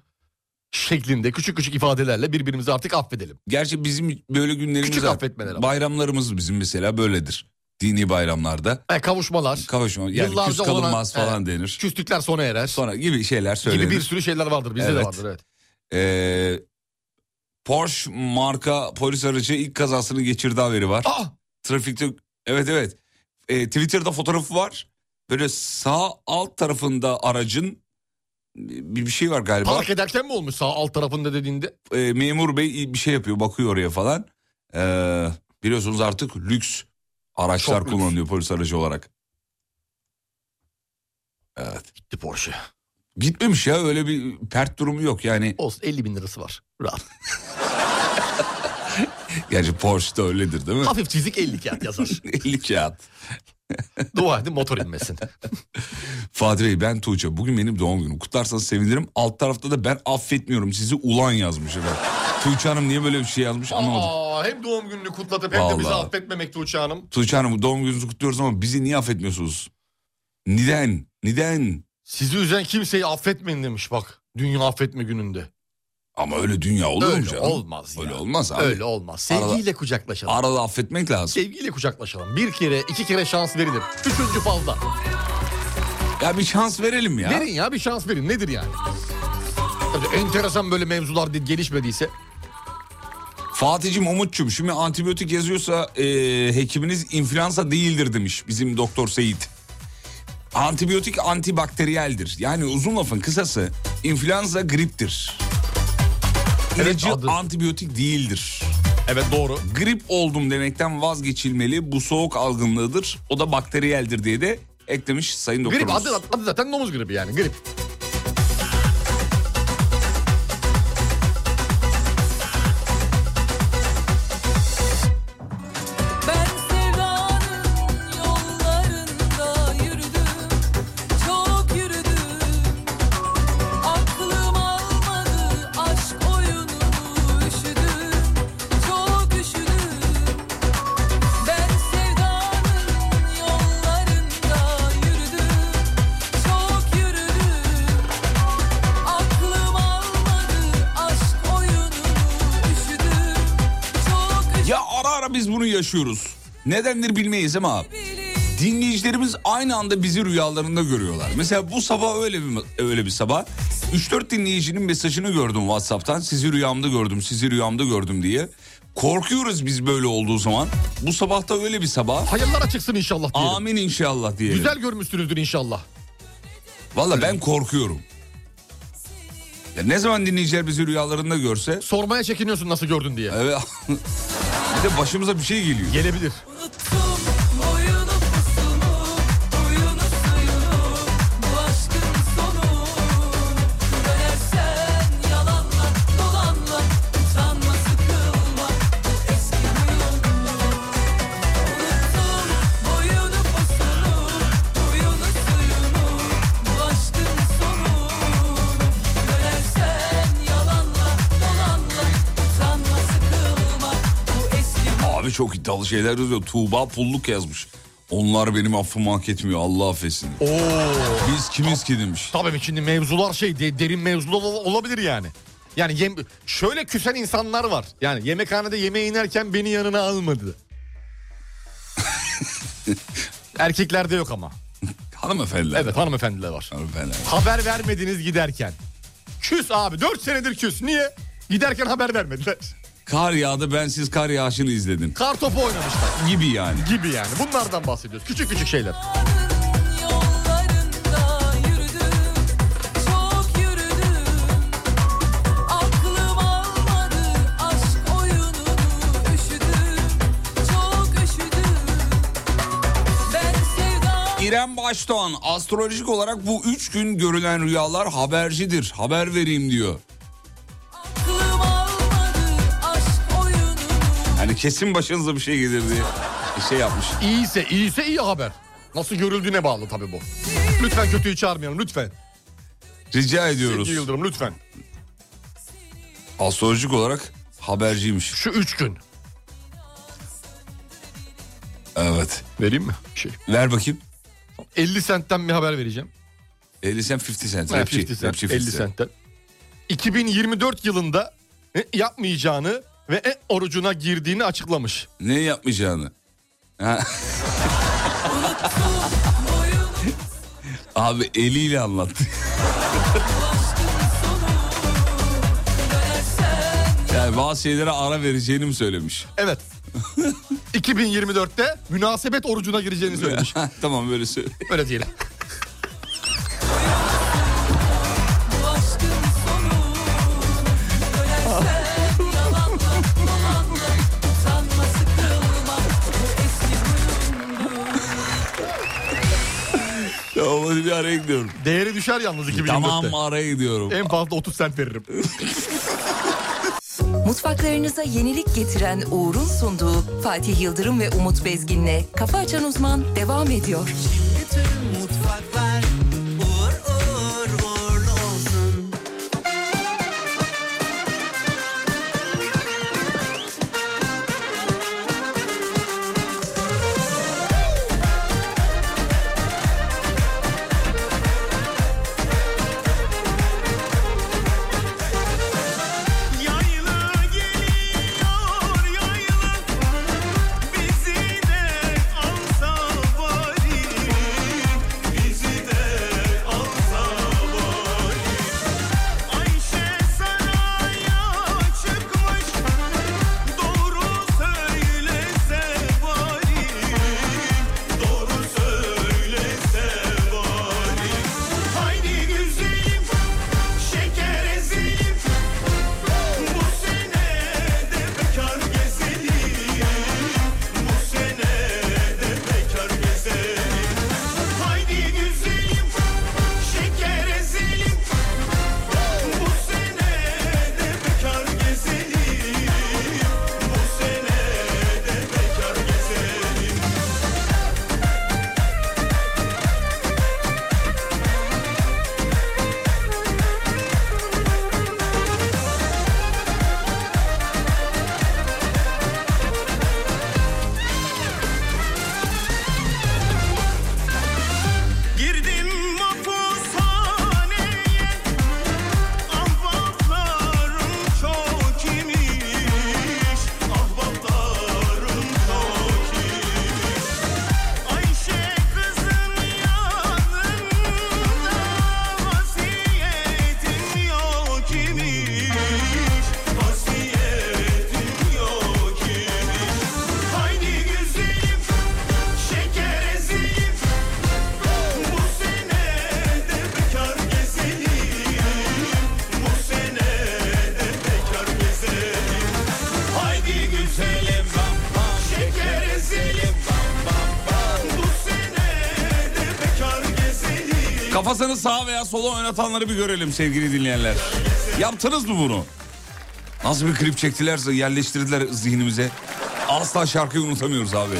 Şeklinde küçük küçük ifadelerle birbirimizi artık affedelim.
Gerçi bizim böyle günlerimiz
Küçük
var.
affetmeler ama.
Bayramlarımız bizim mesela böyledir. Dini bayramlarda.
E, kavuşmalar,
Kavuşma yani
Yıllarca
küs kalınmaz
olan-
falan denir.
küslükler sona erer.
Sonra gibi şeyler söylenir.
gibi bir sürü şeyler vardır. Bizde de
Evet.
vardır evet.
Ee, Porsche marka polis aracı ilk kazasını geçirdi haberi var.
Aa!
Trafikte evet evet. Ee, Twitter'da fotoğrafı var. Böyle sağ alt tarafında aracın bir bir şey var galiba.
Park ederken mi olmuş sağ alt tarafında dediğinde?
Ee, memur bey bir şey yapıyor bakıyor oraya falan. Ee, biliyorsunuz artık lüks araçlar
Çok lüks.
kullanılıyor polis aracı olarak. Evet.
Gitti Porsche.
Gitmemiş ya öyle bir pert durumu yok yani.
Olsun 50 bin lirası var. Rahat.
Gerçi Porsche da öyledir değil mi?
Hafif çizik 50 kağıt yazar.
50 kağıt.
Dua edin motor inmesin.
Fatih Bey ben Tuğçe. Bugün benim doğum günüm. Kutlarsanız sevinirim. Alt tarafta da ben affetmiyorum sizi ulan yazmış. efendim. Tuğçe Hanım niye böyle bir şey yazmış anlamadım.
Aa, hem doğum gününü kutlatıp hem de bizi
Vallahi.
affetmemek Tuğçe Hanım.
Tuğçe Hanım doğum gününüzü kutluyoruz ama bizi niye affetmiyorsunuz? Neden? Neden?
Sizi üzen kimseyi affetmeyin demiş bak. Dünya affetme gününde.
Ama öyle dünya olur mu
Öyle
canım?
olmaz ya.
Öyle olmaz abi.
Öyle olmaz. Sevgiyle kucaklaşalım.
Arada affetmek lazım.
Sevgiyle kucaklaşalım. Bir kere, iki kere şans verilir. Üçüncü fazla.
Ya bir şans verelim ya.
Verin ya bir şans verin. Nedir yani? Tabii enteresan böyle mevzular gelişmediyse.
Fatih'cim Umut'cum şimdi antibiyotik yazıyorsa e, hekiminiz influenza değildir demiş bizim doktor Seyit. Antibiyotik antibakteriyeldir. Yani uzun lafın kısası influenza griptir. İlacı
Evet, adı-
antibiyotik değildir.
Evet doğru.
Grip oldum demekten vazgeçilmeli. Bu soğuk algınlığıdır. O da bakteriyeldir diye de eklemiş sayın doktorumuz.
Grip adı, adı zaten domuz gribi yani grip.
Ben sevdanın yollarında yürüdüm, çok yürüdüm. Aklım almadı, aşk oyununu üşüdüm, çok üşüdüm. Ben sevdanın yollarında yürüdüm, çok yürüdüm. Aklım almadı, aşk oyununu üşüdüm, çok üşüdüm.
Ya ara ara biz bunu yaşıyoruz. Nedendir bilmeyiz ama dinleyicilerimiz aynı anda bizi rüyalarında görüyorlar. Mesela bu sabah öyle bir öyle bir sabah 3-4 dinleyicinin mesajını gördüm WhatsApp'tan. Sizi rüyamda gördüm, sizi rüyamda gördüm diye. Korkuyoruz biz böyle olduğu zaman. Bu sabah da öyle bir sabah.
Hayırlara çıksın inşallah diyelim.
Amin inşallah diyelim.
Güzel görmüşsünüzdür inşallah.
Valla ben korkuyorum. Ya ne zaman dinleyiciler bizi rüyalarında görse
Sormaya çekiniyorsun nasıl gördün diye.
evet, bir de başımıza bir şey geliyor.
Gelebilir.
Unuttum oyunu pusunu, oyunu suyunu, bu aşkın sonu. Dönersen yalanla, dolanla, utanma sıkılma, bu eski huyunu.
çok iddialı şeyler yazıyor. Tuğba Pulluk yazmış. Onlar benim affımı hak etmiyor Allah affetsin. Biz kimiz ki demiş.
Tabii şimdi mevzular şey de- derin mevzular ol- olabilir yani. Yani yem- şöyle küsen insanlar var. Yani yemekhanede yemeğe inerken beni yanına almadı. Erkeklerde yok ama.
Hanımefendiler.
Evet hanımefendiler var.
Hanımefendiler.
Haber vermediniz giderken. Küs abi 4 senedir küs. Niye? Giderken haber vermediler.
Kar yağdı ben siz kar yağışını izledim.
Kar topu oynamışlar
Gibi yani.
gibi yani. Bunlardan bahsediyoruz. Küçük küçük şeyler.
Yollarında yürüdüm, çok yürüdüm. Aklım almadı aşk oyununu üşüdüm, çok üşüdüm. Ben sevda
İrem Başdoğan astrolojik olarak bu üç gün görülen rüyalar habercidir. Haber vereyim diyor.
aklım almadı aşk oyununu
Hani kesin başınıza bir şey gelir diye bir şey yapmış.
İyiyse iyiyse iyi haber. Nasıl görüldüğüne bağlı tabii bu. Lütfen kötüyü çağırmayalım lütfen.
Rica ediyoruz.
Sevgili Yıldırım lütfen.
Astrolojik olarak haberciymiş.
Şu 3 gün.
Evet.
Vereyim mi? Şey.
Ver bakayım.
50 sentten bir haber vereceğim.
50 cent 50 cent.
Ha,
Rapçi,
50 cent,
rapçi
50 sentten. 2024 yılında e, yapmayacağını ve e, orucuna girdiğini açıklamış.
Ne yapmayacağını. Ha. Abi eliyle anlattı. yani bazı şeylere ara vereceğini mi söylemiş?
Evet. 2024'te münasebet orucuna gireceğini söylemiş.
tamam böyle söyle.
Öyle diyelim.
aşkın sonu. Dönersen yalanla dolanla utanma sıkılma bu eski huyumdu.
Tamam hadi bir araya gidiyorum.
Değeri düşer yalnız 2024'te.
Tamam araya gidiyorum.
En fazla 30 sent veririm.
Mutfaklarınıza yenilik getiren Uğur'un sunduğu Fatih Yıldırım ve Umut Bezgin'le Kafa Açan Uzman devam ediyor.
Yayla geliyor yayla Bizi de alsa bari Bizi de alsa bari Ayşe saraya çıkmış Doğru söylese bari Doğru söylese bari Haydi güzelim şeker ezelim bu sene de bekar gezelim Bu sene de bekar gezelim Haydi güzelim şeker ezelim Bu sene de bekar gezelim Bu sene de bekar gezelim Girdim mahpushaneye Ahbaplarım çok imiş Ahbaplarım çok imiş Ayşe kızın yanında Vasiyetim yok imiş Vasiyetim yok imiş Haydi güzelim şeker ezelim bu sene de bekar gezelim Bu sene de bekar gezelim Haydi güzelim şeker ezelim Bu sene de bekar gezelim
Kafasını sağa veya sola oynatanları bir görelim sevgili dinleyenler. Yaptınız mı bunu? Nasıl bir klip çektilerse yerleştirdiler zihnimize. Asla şarkıyı unutamıyoruz abi.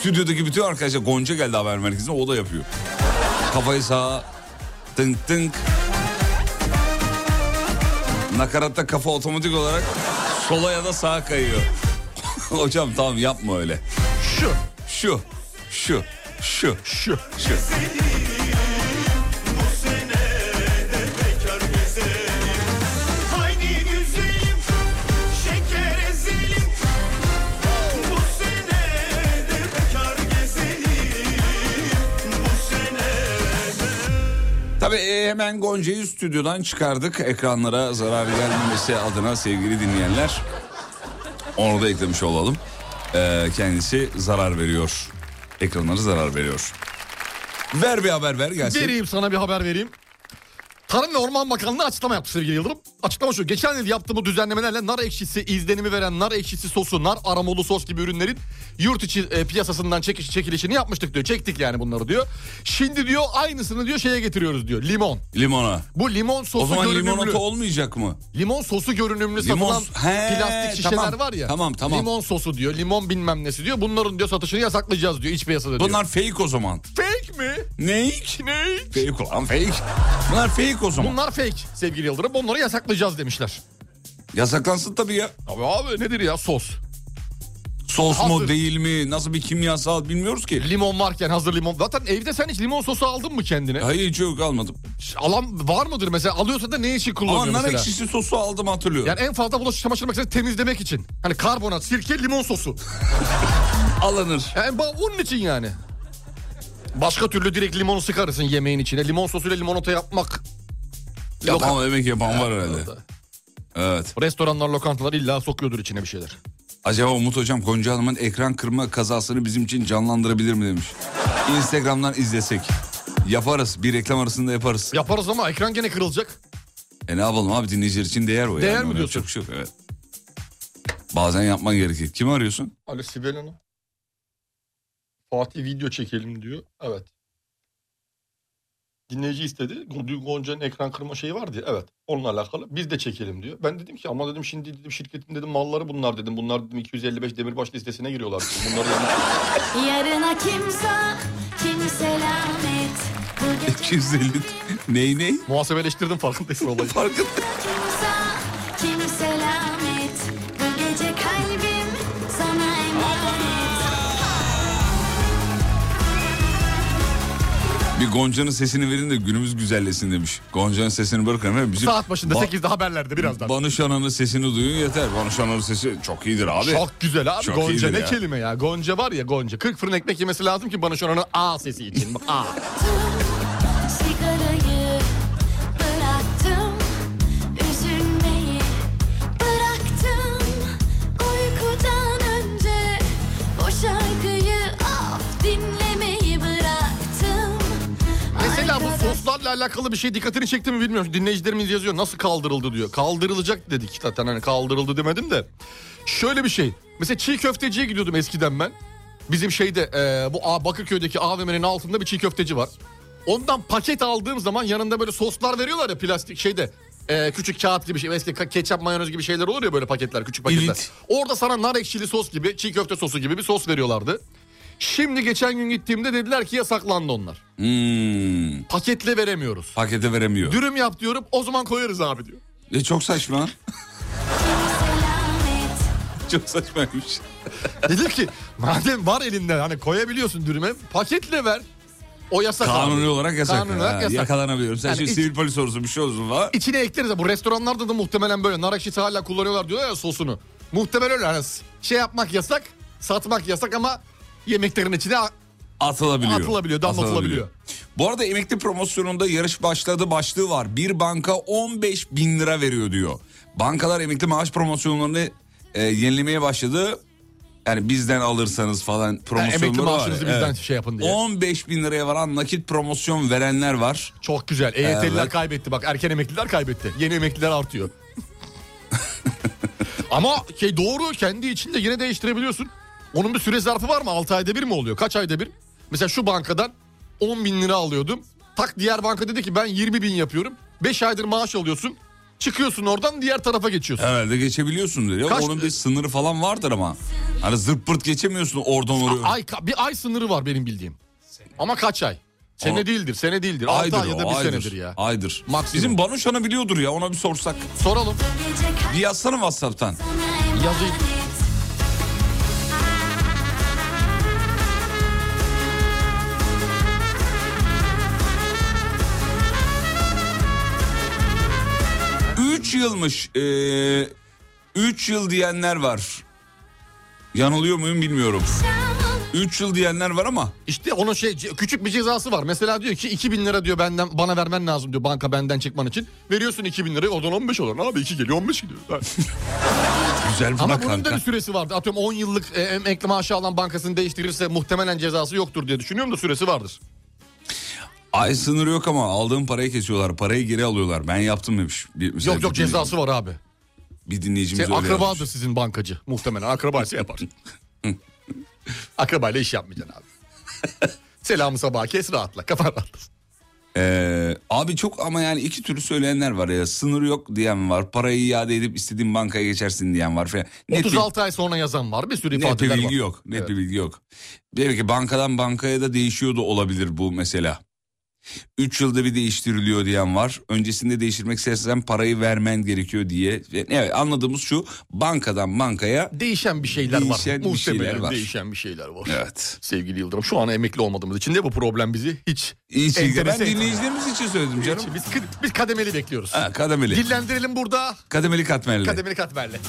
Stüdyodaki bütün arkadaşlar Gonca geldi haber merkezine o da yapıyor. Kafayı sağa tınk tınk. Nakaratta kafa otomatik olarak sola ya da sağa kayıyor. Hocam tamam yapma öyle.
Şu.
Şu, şu, şu,
Şu.
şu.
bekar gezelim Haydi güzelim şeker ezelim Bu sene de bekar gezelim Bu sene
Tabii e, hemen Gonca'yı stüdyodan çıkardık. Ekranlara zarar gelmemesi adına sevgili dinleyenler. Onu da eklemiş olalım. Ee, kendisi zarar veriyor. Ekranlara zarar veriyor. Ver bir haber ver gelsin.
Vereyim sana bir haber vereyim. Tarım ve Orman Bakanlığı açıklama yaptı sevgili Yıldırım. Açıklama şu. Geçen yıl yaptığı bu düzenlemelerle nar ekşisi izlenimi veren nar ekşisi sosu, nar aromalı sos gibi ürünlerin yurt içi e, piyasasından çekiş, çekilişini yapmıştık diyor. Çektik yani bunları diyor. Şimdi diyor aynısını diyor şeye getiriyoruz diyor. Limon.
Limona.
Bu limon sosu
O zaman
görünümlü.
limonata olmayacak mı?
Limon sosu görünümlü
Limon-
satılan
He,
plastik şişeler
tamam.
var ya.
Tamam, tamam.
Limon sosu diyor. Limon bilmem nesi diyor. Bunların diyor satışını yasaklayacağız diyor iç piyasada diyor.
Bunlar fake o zaman.
fake mi?
Neyik?
Fake.
Fake ulan fake. Bunlar fake o zaman.
Bunlar fake sevgili Yıldırım. Bunları yasaklayacağız demişler.
Yasaklansın tabii ya.
Abi abi nedir ya sos?
Sos mu
Hazır.
değil mi? Nasıl bir kimyasal bilmiyoruz ki.
Limon varken hazır limon. Zaten evde sen hiç limon sosu aldın mı kendine?
Hayır hiç yok almadım.
Alan var mıdır mesela? Alıyorsa da ne için
Ama
kullanıyor
nar
mesela?
ekşisi sosu aldım hatırlıyorum.
Yani en fazla bulaşık çamaşır makinesi temizlemek için. Hani karbonat, sirke, limon sosu.
Alınır.
Yani ba- onun için yani. Başka türlü direkt limonu sıkarırsın yemeğin içine. Limon sosuyla limonata yapmak.
Yapan
Loka-
demek yapan var herhalde. Evet.
Restoranlar, lokantalar illa sokuyordur içine bir şeyler.
Acaba Umut Hocam Gonca Hanım'ın ekran kırma kazasını bizim için canlandırabilir mi demiş. Instagram'dan izlesek. Yaparız. Bir reklam arasında yaparız.
Yaparız ama ekran gene kırılacak.
E ne yapalım abi dinleyiciler için değer o
Değer
yani.
mi
Ona
diyorsun?
yapacak bir şey yok, evet. Bazen yapman gerekir. Kimi arıyorsun?
Alo Sibel Hanım. Fatih video çekelim diyor. Evet. Dinleyici istedi. Dün Gonca'nın ekran kırma şeyi vardı ya. Evet. Onunla alakalı. Biz de çekelim diyor. Ben dedim ki ama dedim şimdi dedim şirketin dedim malları bunlar dedim. Bunlar dedim 255 Demirbaş listesine giriyorlar. dedim. Bunları yanlış-
Yarına kimse, kimse lanet. Bu gece
250. ney ney?
Muhasebeleştirdim farkındaysın olayı.
Farkın.
kimse, kimse lanet. Bu gece kalbim sana emanet.
Bir Gonca'nın sesini verin de günümüz güzellesin demiş. Gonca'nın sesini bırakın. efendim. Bizim
Saat başında
Ba-
8'de haberlerde birazdan.
Banuş Hanım'ın sesini duyun yeter. Banuş Hanım'ın sesi çok iyidir abi.
Çok güzel abi.
Çok
Gonca
iyidir
ne
ya.
kelime ya. Gonca var ya Gonca. 40 fırın ekmek yemesi lazım ki bana şu an A sesi için. Bak A.
Sigarayı bıraktım, üzülmeyi bıraktım. Uykudan önce o şarkıyı af dinlemeyi bıraktım.
Mesela bu
Arkadaş-
soslarla alakalı bir şey dikkatini çekti mi bilmiyorum. Dinleyicilerimiz yazıyor nasıl kaldırıldı diyor. Kaldırılacak dedik zaten hani kaldırıldı demedim de. Şöyle bir şey. Mesela çiğ köfteciye gidiyordum eskiden ben. Bizim şeyde e, bu A- Bakırköy'deki AVM'nin altında bir çiğ köfteci var. Ondan paket aldığım zaman yanında böyle soslar veriyorlar ya plastik şeyde. e, küçük kağıt gibi şey. Eski ka- ketçap mayonez gibi şeyler olur ya böyle paketler küçük paketler.
Evet.
Orada sana nar ekşili sos gibi çiğ köfte sosu gibi bir sos veriyorlardı. Şimdi geçen gün gittiğimde dediler ki yasaklandı onlar.
Hmm,
Paketle veremiyoruz.
pakete veremiyor.
Dürüm yap diyorum o zaman koyarız abi diyor.
E, çok saçma.
Kimse lanet.
çok saçmaymış.
Dedim ki madem var elinde hani koyabiliyorsun dürüme paketle ver. O yasak abi.
Kanuni olarak yasak.
Kanuni olarak
Ha,
yasak.
Yakalanamıyorum. Sen
Yani
şimdi
iç-
sivil polis olursun bir şey olsun falan.
İçine ekleriz ya bu restoranlarda da muhtemelen böyle nar ekşisi hala kullanıyorlar diyorlar ya sosunu. Muhtemelen öyle hani şey yapmak yasak satmak yasak ama yemeklerin içine a-
Atılabiliyor.
Atılabiliyor, damlatılabiliyor.
Bu arada emekli promosyonunda yarış başladı başlığı var. Bir banka 15 bin lira veriyor diyor. Bankalar emekli maaş promosyonlarını e, yenilemeye başladı. Yani bizden alırsanız falan promosyonları
emekli
var.
maaşınızı bizden şey yapın diye.
15 bin liraya varan nakit promosyon verenler var.
çok güzel. EYT'liler
Evet.
kaybetti bak erken emekliler kaybetti. Yeni emekliler artıyor. ama şey doğru kendi içinde yine değiştirebiliyorsun. Onun bir süre zarfı var mı? 6 ayda bir mi oluyor? Kaç ayda bir? Mesela şu bankadan 10 bin lira alıyordum. Tak diğer banka dedi ki ben 20 bin yapıyorum. 5 aydır maaş alıyorsun. Çıkıyorsun oradan diğer tarafa geçiyorsun.
Herhalde geçebiliyorsun diyor.
Kaç-
Onun bir sınırı falan vardır ama. Hani zırt pırt geçemiyorsun oradan oraya.
Ay, ka- bir ay sınırı var benim bildiğim. Ama kaç ay? Sene
O-
değildir, sene değildir. 6
Aydır
ay ya da
o,
bir
aydır.
senedir ya.
Aydır.
Maksimum.
Bizim Banuş Hanım biliyordur ya ona bir sorsak.
Soralım.
Bu gece
Bir yazsana Whatsapp'tan.
kalbime
Yazayım.
emanet.
3 yılmış. 3 yıl diyenler var. Yanılıyor muyum bilmiyorum. 3 yıl diyenler var ama
İşte onun şey c- küçük bir cezası var. Mesela diyor ki 2000 lira diyor benden bana vermen lazım diyor banka benden çekman için. Veriyorsun 2000 lirayı oradan 15 olur. Abi 2 geliyor 15 gidiyor. Ha.
güzel buna
Ama bunun da
kanka.
bir süresi vardı. Atıyorum 10 yıllık e, emekli maaşı alan bankasını değiştirirse muhtemelen cezası yoktur diye düşünüyorum da süresi vardır.
Ay sınırı yok ama aldığım parayı kesiyorlar. Parayı geri alıyorlar. Ben yaptım demiş. Bir, mesela
Yok yok
bir dinley-
cezası var abi.
Bir dinleyicimiz
Şey,
öyle
akrabadır
yazmış.
sizin bankacı muhtemelen. Akrabaysa yapar. Akrabayla iş yapmayacaksın abi. Selamı sabah kes rahatla kafa rahatla.
Ee, abi çok ama yani iki türlü söyleyenler var ya. Sınırı yok diyen var. Parayı iade edip istediğin bankaya geçersin diyen var falan. Net bir-
36 ay sonra yazan var bir sürü
Net bir
ifadeler var.
bilgi yok. Net bir bilgi yok. Belki bankadan bankaya da değişiyor da olabilir bu mesela. 3 yılda bir değiştiriliyor diyen var. Öncesinde değiştirmek istersen parayı vermen gerekiyor diye. Evet anladığımız şu bankadan bankaya
Değişen bir şeyler
Değişen
var.
bir
Muhtemelen
şeyler var.
değişen bir şeyler var.
evet.
Sevgili Yıldırım şu an emekli olmadığımız için de bu problem bizi hiç...
İyi çizgi. Ben
Enteresan.
dinleyicilerimiz için söyledim canım.
Biz, kı- biz kademeli bekliyoruz.
Ha, kademeli.
Dillendirelim burada
Kademeli katmerli.
kademeli katmerle.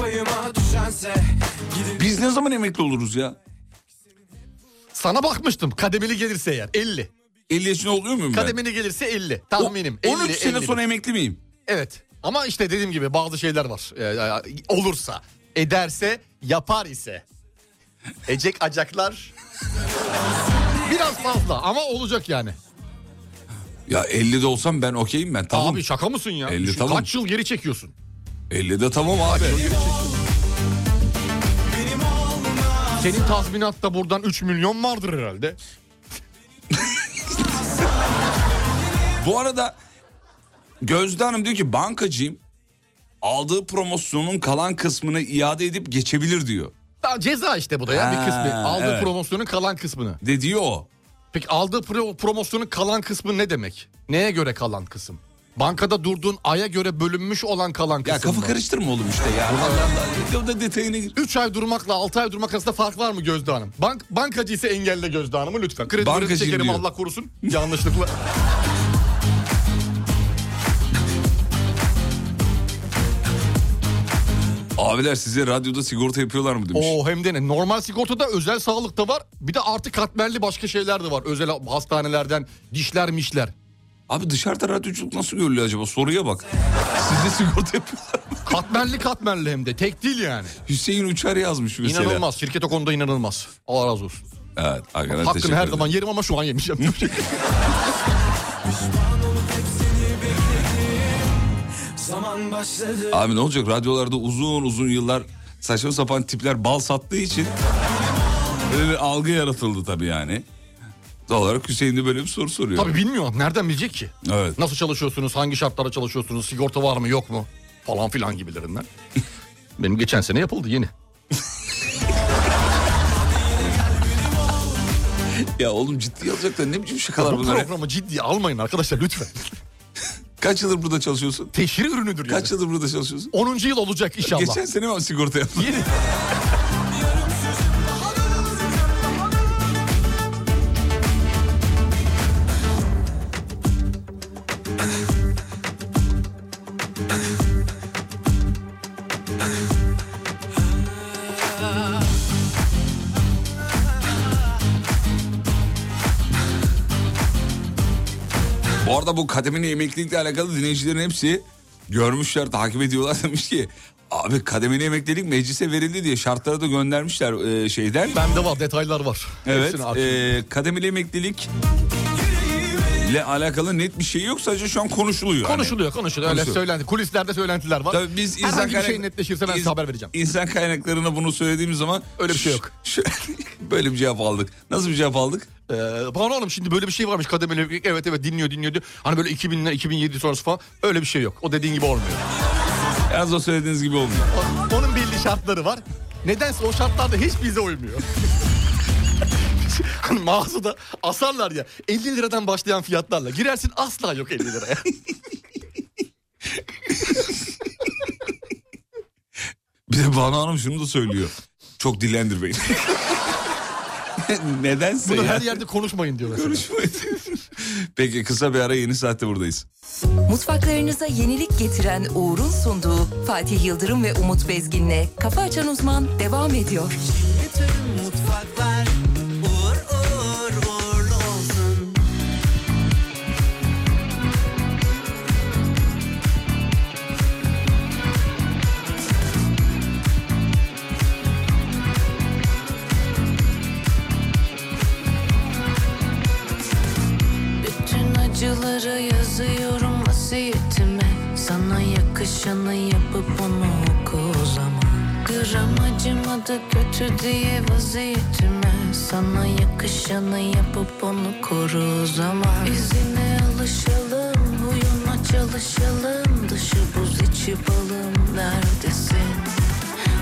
Payıma düşense
Biz ne zaman emekli oluruz ya?
Sana bakmıştım kademeli gelirse eğer 50.
50 yaşında oluyor muyum ben?
Kademeli gelirse 50
O-
tahminim. 50,
13 sene
50.
sonra emekli miyim?
Evet ama işte dediğim gibi bazı şeyler var. Ee, e, olursa, ederse, yapar ise. Ecek acaklar. Biraz fazla ama olacak yani.
Ya 50'de olsam ben okeyim ben tamam.
Abi şaka mısın ya?
50
Düşün,
tamam.
Kaç yıl geri çekiyorsun?
50'de tamam abi.
Senin tazminatta buradan 3 milyon vardır herhalde.
Bu arada Gözde Hanım diyor ki bankacıyım. Aldığı promosyonun kalan kısmını iade edip geçebilir diyor.
Daha ceza işte bu da ya bir
Ha,
kısmı. Aldığı
evet.
promosyonun kalan kısmını.
De diyor o.
Peki aldığı pro- promosyonun kalan kısmı ne demek? Neye göre kalan kısım? Bankada durduğun aya göre bölünmüş olan kalan kısım.
Ya kafa
mı?
karıştırma oğlum işte ya. Allah Allah. Da detayına gir.
3 ay durmakla 6 ay durmak arasında fark var mı Gözde Hanım? Bank, bankacı ise engelle Gözde Hanım'ı lütfen. Kredi
Bankacıyım
kredi çekerim
diyor.
Allah korusun. Yanlışlıkla.
Abiler size radyoda sigorta yapıyorlar mı demiş.
Oo hem de ne? Normal sigortada özel sağlıkta var. Bir de artı katmerli başka şeyler de var. Özel hastanelerden dişler mişler.
Abi dışarıda radyoculuk nasıl görülüyor acaba? Soruya bak. Size sigorta yapıyorlar mı?
Katmerli katmerli hem de. Tek değil yani.
Hüseyin Uçar yazmış mesela.
İnanılmaz. Şirket o konuda inanılmaz. Allah razı olsun.
Evet arkadaşlar
Hakkını
teşekkür
her
ederim.
zaman yerim ama şu an yemeyeceğim.
zaman başladı
Abi ne olacak radyolarda uzun uzun yıllar saçma sapan tipler bal sattığı için böyle bir algı yaratıldı tabii yani. Doğal olarak Hüseyin de böyle bir soru soruyor.
Tabii bilmiyor. Nereden bilecek ki?
Evet.
Nasıl çalışıyorsunuz? Hangi şartlarda çalışıyorsunuz? Sigorta var mı yok mu? Falan filan gibilerinden. Benim geçen sene yapıldı yeni.
Ya oğlum ciddi alacaklar ne biçim şakalar
Bu
bunlar. ya?
programı ciddiye almayın arkadaşlar lütfen.
Kaç yıldır burada çalışıyorsun?
Teşhir ürünüdür yani.
Kaç yıldır burada çalışıyorsun?
10. yıl olacak inşallah.
Geçen sene mi sigorta yaptın?
Yeni.
Bu arada bu kademeli emeklilikle alakalı dinleyicilerin hepsi görmüşler takip ediyorlar demiş ki abi kademeli emeklilik meclise verildi diye şartlara da göndermişler e, şeyden.
Bende var detaylar var.
Evet.
Hepsini artık-
E, kademeli emeklilik ile alakalı net bir şey yok sadece şu an konuşuluyor. hani.
konuşuluyor konuşuluyor. Öyle
Konuşuluyor.
söylenti. Kulislerde söylentiler var.
Tabii biz insan
Herhangi bir şey
kaynak-
netleşirse ben
İns-
size haber vereceğim.
İnsan kaynaklarına bunu söylediğimiz zaman
Öyle bir şey yok.
Ş- böyle bir cevap aldık. Nasıl bir cevap aldık?
Ee, Banu Hanım şimdi böyle bir şey varmış kademeli evlilik. Evet evet dinliyor dinliyor diyor. Hani böyle 2000'ler 2007 sonrası falan öyle bir şey yok. O dediğin gibi olmuyor.
Yalnız o söylediğiniz gibi olmuyor.
O- Onun belli şartları var. Nedense o şartlarda hiç bize uymuyor. Hani mağazada asarlar ya 50 liradan başlayan fiyatlarla girersin asla yok 50 liraya.
Bir de Banu Hanım şunu da söylüyor. Çok dillendir beni. Nedense
Bunu
ya.
her yerde konuşmayın diyorlar. sana.
Peki kısa bir ara yeni saatte buradayız.
Mutfaklarınıza yenilik getiren Uğur'un sunduğu Fatih Yıldırım ve Umut Bezgin'le Kafa Açan Uzman devam ediyor.
mutfaklar uğur uğur uğurlu olsun.
Bütün acıları yazıyorum vasiyetime Sana yakışanı yapıp onu oku o zaman Gram acımadı kötü diye vaziyetime Sana yakışanı yapıp onu koru o zaman İzine alışalım, uyuma çalışalım Dışı buz içi balım neredesin?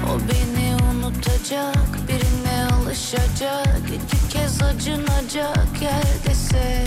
O beni unutacak, birine alışacak iki kez acınacak yerdese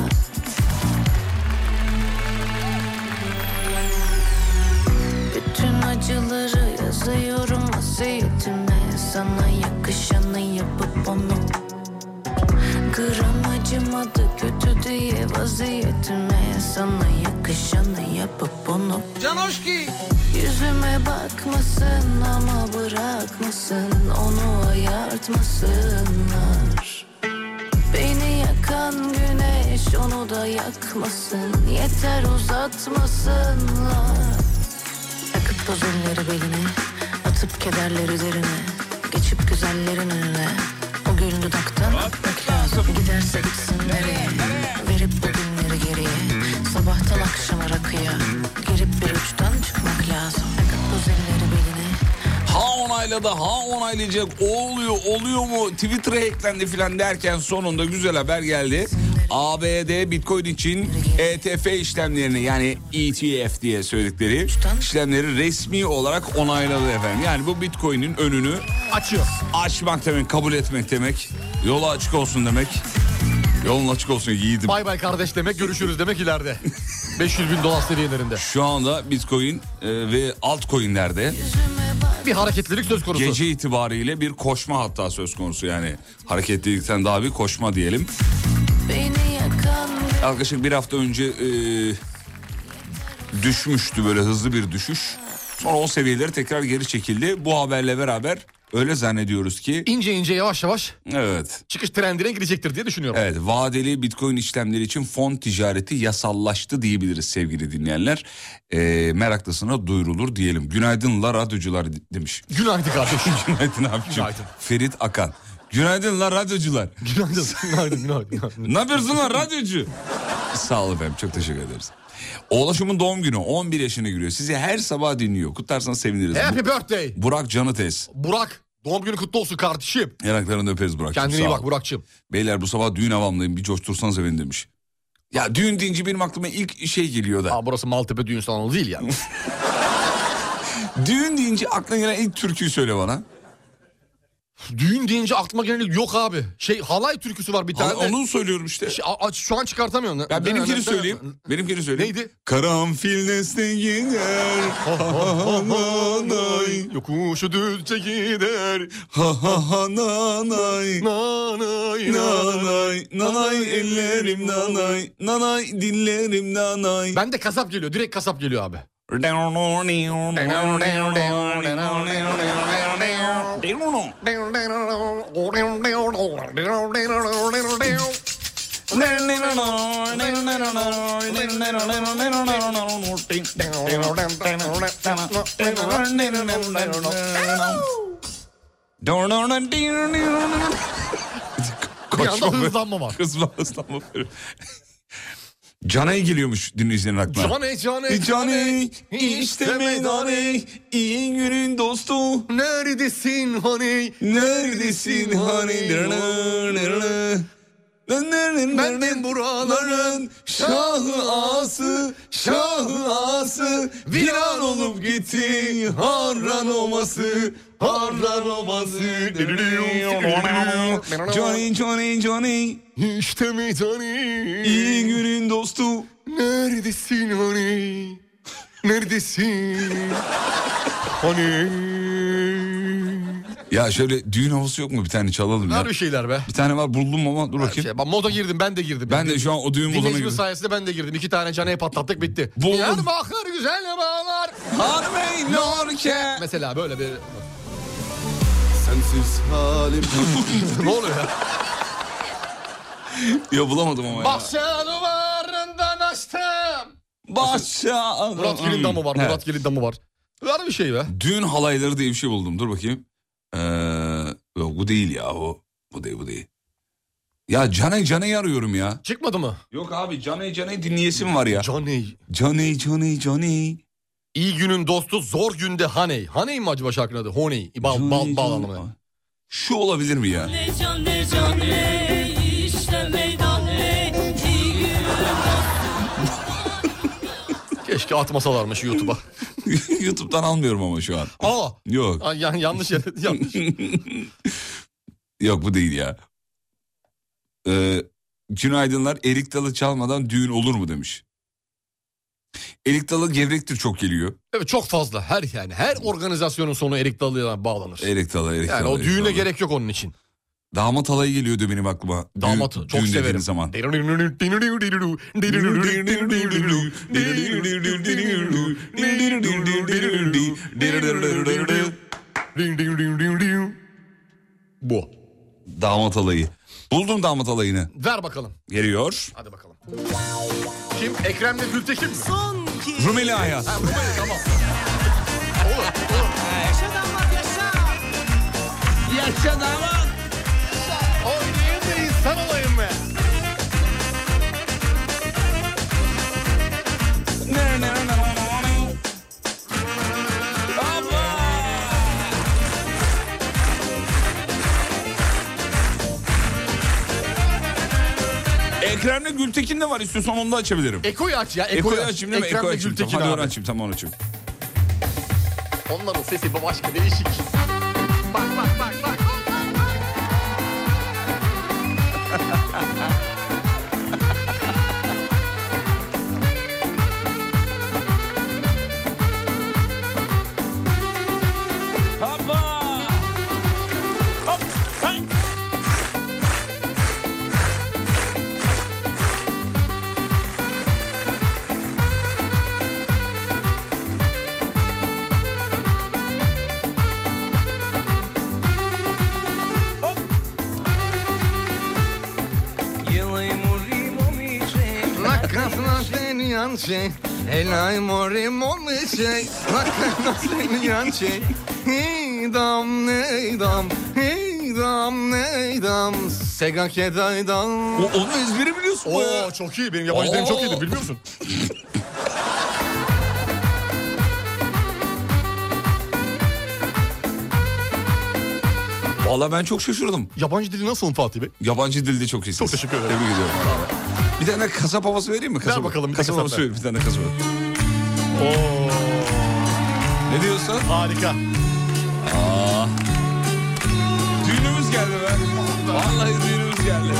Bütün acıları yazıyorum vasiyetime Sana yakışanı yapıp onu Gram acımadı kötü diye vaziyetime Sana yakışanı yapıp onu Yüzüme bakmasın ama bırakmasın Onu ayartmasınlar Beni yakan güneş onu da yakmasın Yeter uzatmasınlar Akıp toz elleri beline Atıp kederleri derine Geçip güzellerin önüne O gül dudaktan öpmek lazım Giderse gitsin nereye Verip o günleri geriye Sabahtan akşama rakıya Girip bir uçtan çıkmak lazım Akıp toz elleri beline
Ha onayladı ha onaylayacak o oluyor oluyor mu Twitter'a eklendi filan derken sonunda güzel haber geldi. ABD Bitcoin için ETF işlemlerini yani ETF diye söyledikleri işlemleri resmi olarak onayladı efendim. Yani bu Bitcoin'in önünü
Açıyor.
açmak demek, kabul etmek demek, yolu açık olsun demek. Yolun açık olsun yiğidim.
Bay bay kardeş demek görüşürüz demek ileride. 500 bin dolar seviyelerinde.
Şu anda Bitcoin e, ve altcoin'lerde
Bir hareketlilik söz konusu.
Gece itibariyle bir koşma hatta söz konusu yani hareketlilikten daha bir koşma diyelim.
Beni yakan
Yaklaşık bir hafta önce e, düşmüştü böyle hızlı bir düşüş. Sonra o seviyeleri tekrar geri çekildi. Bu haberle beraber öyle zannediyoruz ki
İnce ince yavaş yavaş
evet
çıkış trendine gidecektir diye düşünüyorum.
evet vadeli bitcoin işlemleri için fon ticareti yasallaştı diyebiliriz sevgili dinleyenler. E, meraklısına duyurulur diyelim. Günaydınlar radyocular demiş.
Günaydın kardeşim.
Günaydın abicim.
Günaydın.
Ferit Akan. Günaydınlar radyocular.
günaydın. Günaydın. Günaydın. günaydın.
Ne yapıyorsun lan radyocu? Sağ olun efendim çok teşekkür ederiz. Oğlaşım'ın doğum günü 11 yaşına giriyor. Sizi her sabah dinliyor. Kutlarsanız seviniriz.
Happy
Bu-
birthday.
Burak Canıtes.
Burak doğum günü kutlu olsun kardeşim.
Yanaklarını öperiz Burak'cığım.
Kendine
sağ
iyi
ol.
bak Burak'cığım.
Beyler bu sabah düğün havamdayım bir coştursanız beni demiş. Ya düğün deyince benim aklıma ilk şey geliyor da.
Aa, burası Maltepe düğün salonu değil yani.
Düğün deyince aklına gelen ilk türküyü söyle bana.
düğün deyince aklıma gelen yok abi. Şey halay türküsü var bir tane.
Ha,
de.
onu söylüyorum işte.
Şey, a- a- şu an çıkartamıyorum.
Ya benimkini söyleyeyim. Benimkini söyleyeyim.
Neydi?
Karanfil nesne gider. Hananay.
Yokuşu düzce gider.
Ha ha ha nanay.
Nanay nanay.
Nanay, nanay ellerim nanay, nanay dillerim nanay.
Ben de kasap geliyor. Direkt kasap geliyor abi. Bir
Koşma
anda
böyle.
hızlanma var.
Kızma hızlanma böyle. Canay geliyormuş dinleyicilerin aklına.
Cane
E,
cane
Caney işte meydaney iyi günün dostu
Neredesin honey?
neredesin hani
Ben de buraların
Şahı ası, şahı ası Viran olup gitti Harran oması, harran oması Johnny, Johnny, Johnny
işte meydaney.
İyi günün dostu
Neredesin hani? Neredesin? hani?
Ya şöyle düğün havası yok mu bir tane çalalım ya
Var bir şeyler be.
Bir tane var buldum ama dur bakayım
Şey, ben moda girdim ben de girdim.
Ben de şu an o düğün moduna
Dinleyicimiz
girdim
sayesinde ben de girdim. İki tane caneye patlattık bitti.
Buldum.
Yar bakır güzel bağlar.
Harvey Norke
Mesela böyle bir...
Sensiz halim
ne oluyor ya?
Ya bulamadım ama ya
Bahçe duvarından açtım.
Başa
Murat Gelin damı var.
Evet.
Murat Gelin damı var. Var bir şey be.
Düğün halayları diye bir şey buldum. Dur bakayım. Ee, yok bu değil ya o. Bu değil bu değil. Ya Caney Caney arıyorum ya.
Çıkmadı mı?
Yok abi Caney Caney dinleyesim var ya.
Caney.
Caney Caney Caney.
İyi günün dostu zor günde Haney. Haney mi acaba şarkının adı? Honey. Bal, bal,
Caney,
bal
Caney.
anlamı.
Şu olabilir mi ya?
Keşke atmasalarmış YouTube'a.
YouTube'dan almıyorum ama şu an.
Aa.
Yok.
Ay, yan- yanlış yere. Yanlış.
Yok bu değil ya. Ee, günaydınlar Erik Dalı çalmadan düğün olur mu demiş. Erik Dalı gevrektir çok geliyor.
Evet çok fazla. Her yani her organizasyonun sonu Erik Dalı'ya bağlanır.
Erik Dalı, Erik
yani
Dalı,
o
Erik
düğüne
Dalı.
gerek yok onun için.
Damat halayı geliyordu benim aklıma. Düğün-
Damatı
düğün
çok
dediğiniz
severim.
zaman.
Bu.
Damat halayı. Buldum damat halayını.
Ver bakalım.
Geliyor.
Hadi bakalım. Kim? Ekrem'le Gültekin mi?
Son ki
Rumeli Aya.
Ha, Rumeli, tamam. Olur, olur.
Yaşa damat yaşa Yaşa damat
Oynayayım da insan olayım mı?
Ekrem'le Gültekin de var istiyorsan onu da açabilirim.
Eko'yu aç ya. Eko'yu,
Eko'yu açayım değil mi? Eko'yu
Ekrem'le
açayım.
Gültekin
Tamam, hadi onu
abi.
açayım. Tamam onu açayım.
Onların sesi başka değişik. Bak bak bak bak. Nakasına şey. seni yançe. Elay morim olmayacak. şey. Nakasına seni yançe. Hey dam ney dam. Hey dam ney dam. Sega keday dam.
O, onu ezberi biliyorsun mu ya?
Oo çok iyi benim yabancı dilim çok
Oo.
iyidir bilmiyor musun?
Valla ben çok şaşırdım.
Yabancı dili nasıl Fatih Bey?
Yabancı dilde çok iyisiniz.
Çok teşekkür ederim.
Tebrik ediyorum. Bir tane kasap havası vereyim mi? Kasap,
bakalım bir de
kasap
kasap
havası
ver.
ver. Bir tane kasap.
Oo
Ne diyorsun?
harika.
Düğünümüz geldi be. Vallahi düğünümüz geldi.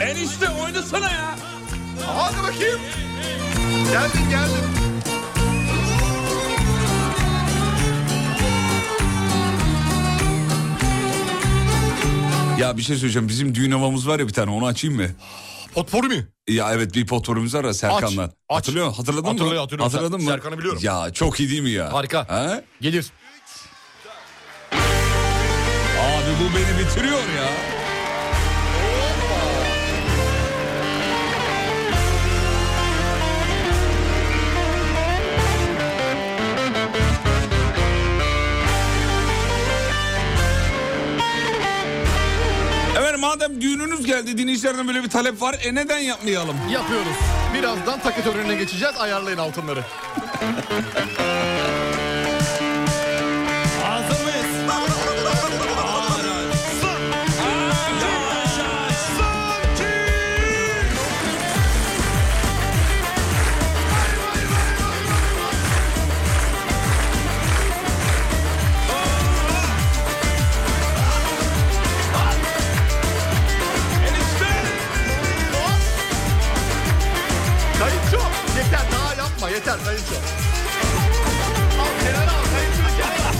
Enişte oynasana ya.
Hadi bakayım. Geldin geldin.
Ya bir şey söyleyeceğim. Bizim düğün havamız var ya bir tane onu açayım mı?
Potpourri mi?
Ya evet bir potporumuz var ya Serkan'la.
Aç, aç.
Hatırlıyor musun? Hatırladın mı?
Hatırlıyor, hatırlıyorum.
Hatırladın
Ser-
mı?
Serkan'ı biliyorum.
Ya çok iyi değil mi ya?
Harika.
Ha?
Gelir.
Abi bu beni bitiriyor ya. Evet madem düğününüz geldi dinleyicilerden böyle bir talep var e neden yapmayalım?
Yapıyoruz. Birazdan takı törenine geçeceğiz. Ayarlayın altınları.
Hazır mıyız?
Kayınço. Yeter daha yapma yeter kayınço. Al kenara al kayınço kenara.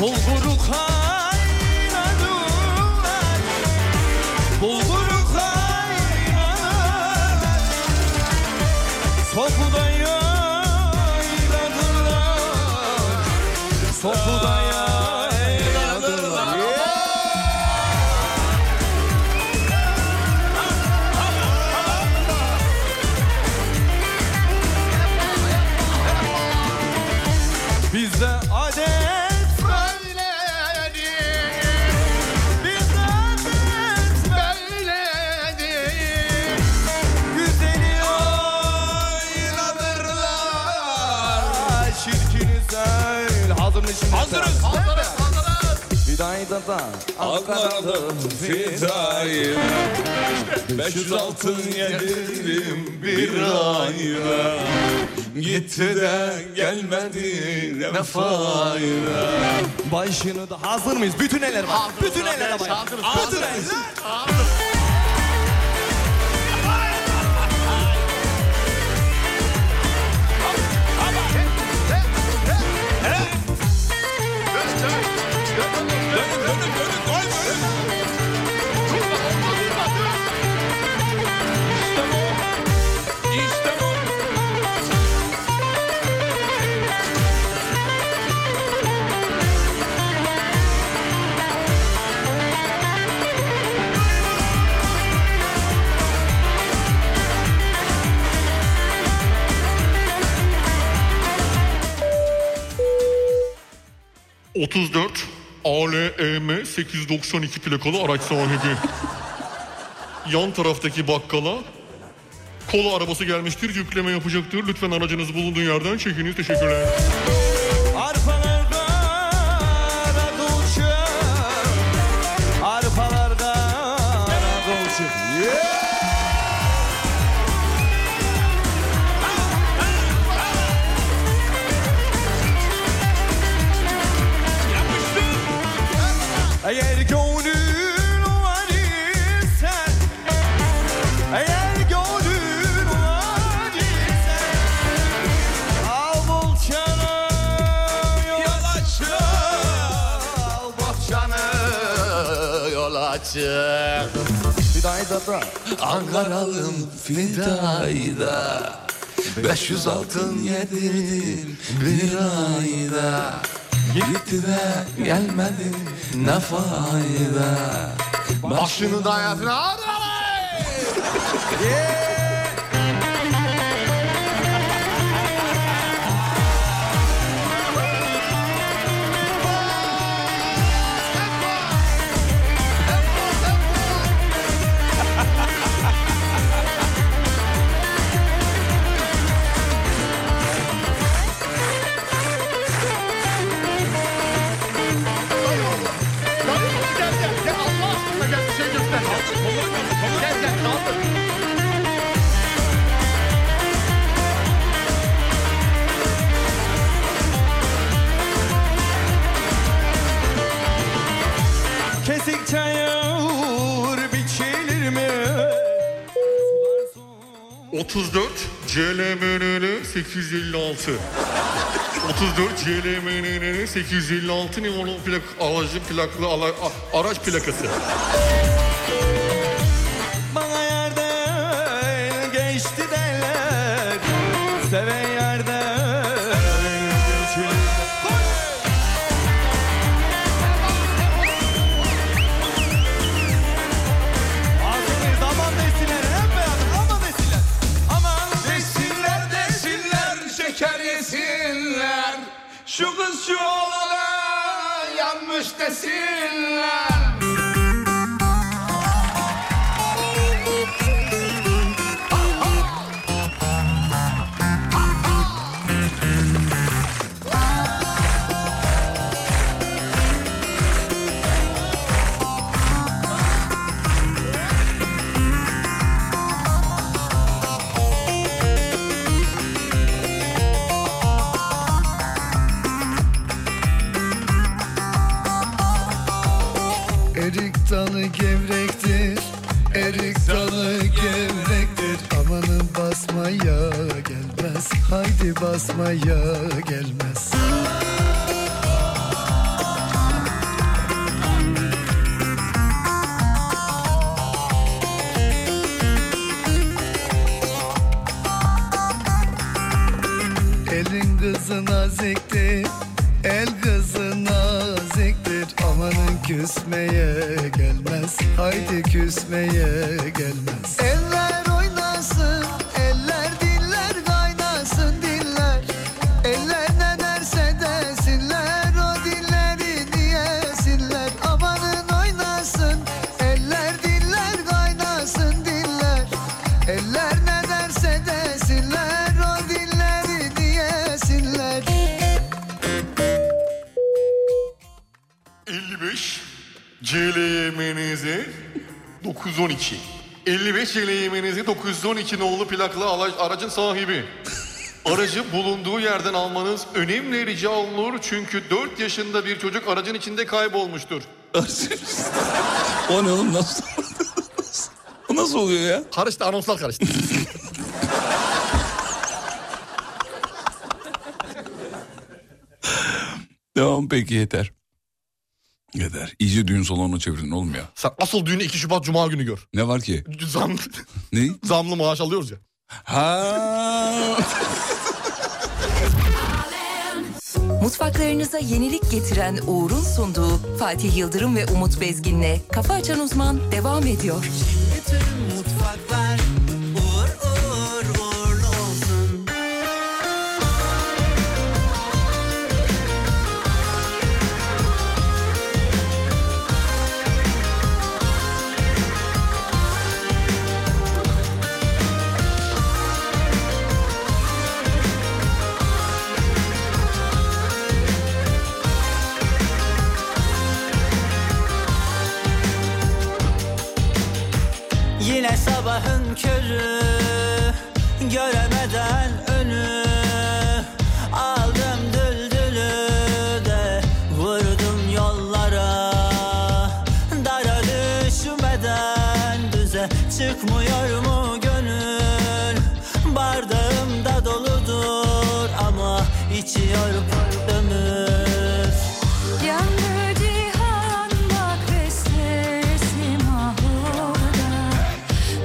Bulguru kaynadılar Bulguru kaynadılar Sopuda yayladılar Sopuda yayladılar Bizde adet Bizde adet Güzeli oynadırlar Çirkini söyle Hazır mı şimdi? Hazırız Vidayı da da
Anladım fidayı 500 altın yedirdim bir ayda Gitti de gelmedi ne fayda
Başını da hazır mıyız? Bütün eller var Bütün eller var Bütün eller
ALEM 892 plakalı araç sahibi. Yan taraftaki bakkala kola arabası gelmiştir. Yükleme yapacaktır. Lütfen aracınız bulunduğu yerden çekiniz. Teşekkürler.
Arpalarda arada uçur Arpalarda arada uçur Eğer gönlün var ise Eğer gönlün var ise Al bul çana yalaçı Al
Canı yol açık.
Ankaralım fidayda 500 altın yedirdim bir ayda Gitti de gelmedi ne fayda
Başını da hayatına al.
Yalaçı
34 CLMNL 856. 34 CLMNL 856 numaralı plak aracı plaklı ala- a- araç plakası.
Bana yerden geçti derler Seven yerden Hazırız aman desinler hep beraber aman desinler Aman desinler desinler şeker yesinler Şu kız şu oğlana yanmış desinler
Erik dalı gevrektir Erik dalı gevrektir Amanın basmaya gelmez Haydi basmaya gelmez Elin kızı naziktir El kızı naziktir Amanın küsmeye gelmez Haydi küsmeye gelmez Eller oynasın Eller diller kaynasın diller Eller ne derse desinler O dilleri diyesinler Amanın oynasın Eller diller kaynasın diller Eller ne derse desinler O dilleri diyesinler
55 CLMNZ 912. 55 CLMNZ 912 nolu plaklı ala- aracın sahibi. Aracı bulunduğu yerden almanız önemli rica olunur çünkü 4 yaşında bir çocuk aracın içinde kaybolmuştur.
o ne oğlum nasıl? o nasıl oluyor ya?
Karıştı anonslar karıştı.
Tamam peki yeter. Yeter. İyice düğün salonuna çevirdin oğlum ya.
Sen asıl düğünü 2 Şubat Cuma günü gör.
Ne var ki?
Zam,
Ne?
zamlı maaş alıyoruz ya.
Ha.
Mutfaklarınıza yenilik getiren Uğur'un sunduğu Fatih Yıldırım ve Umut Bezgin'le Kafa Açan Uzman devam ediyor.
Mutfaklar uğur uğur uğurlu olsun. Yine sabahın körü Göremeden önü Aldım düldülü de Vurdum yollara Dara düşmeden düze Çıkmıyor mu gönül Bardağım da doludur Ama içiyor ömür
Yandı cihan bak ve sesim ah orada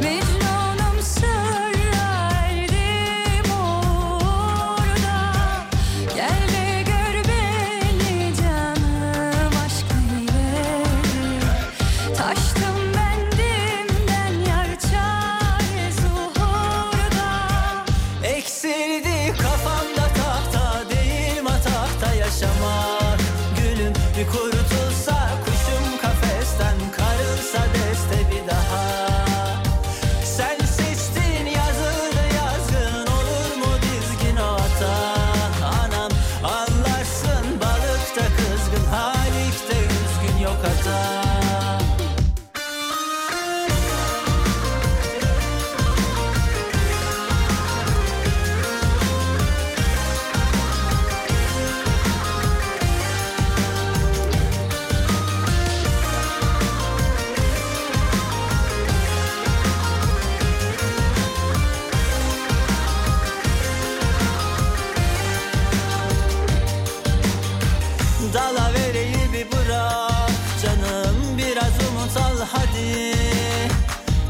Mecnunum sırraydım orada Gel ve gör beni canım aşk ile Taştım bendimden yar çaresi
Eksildi kafamda tahta değil mata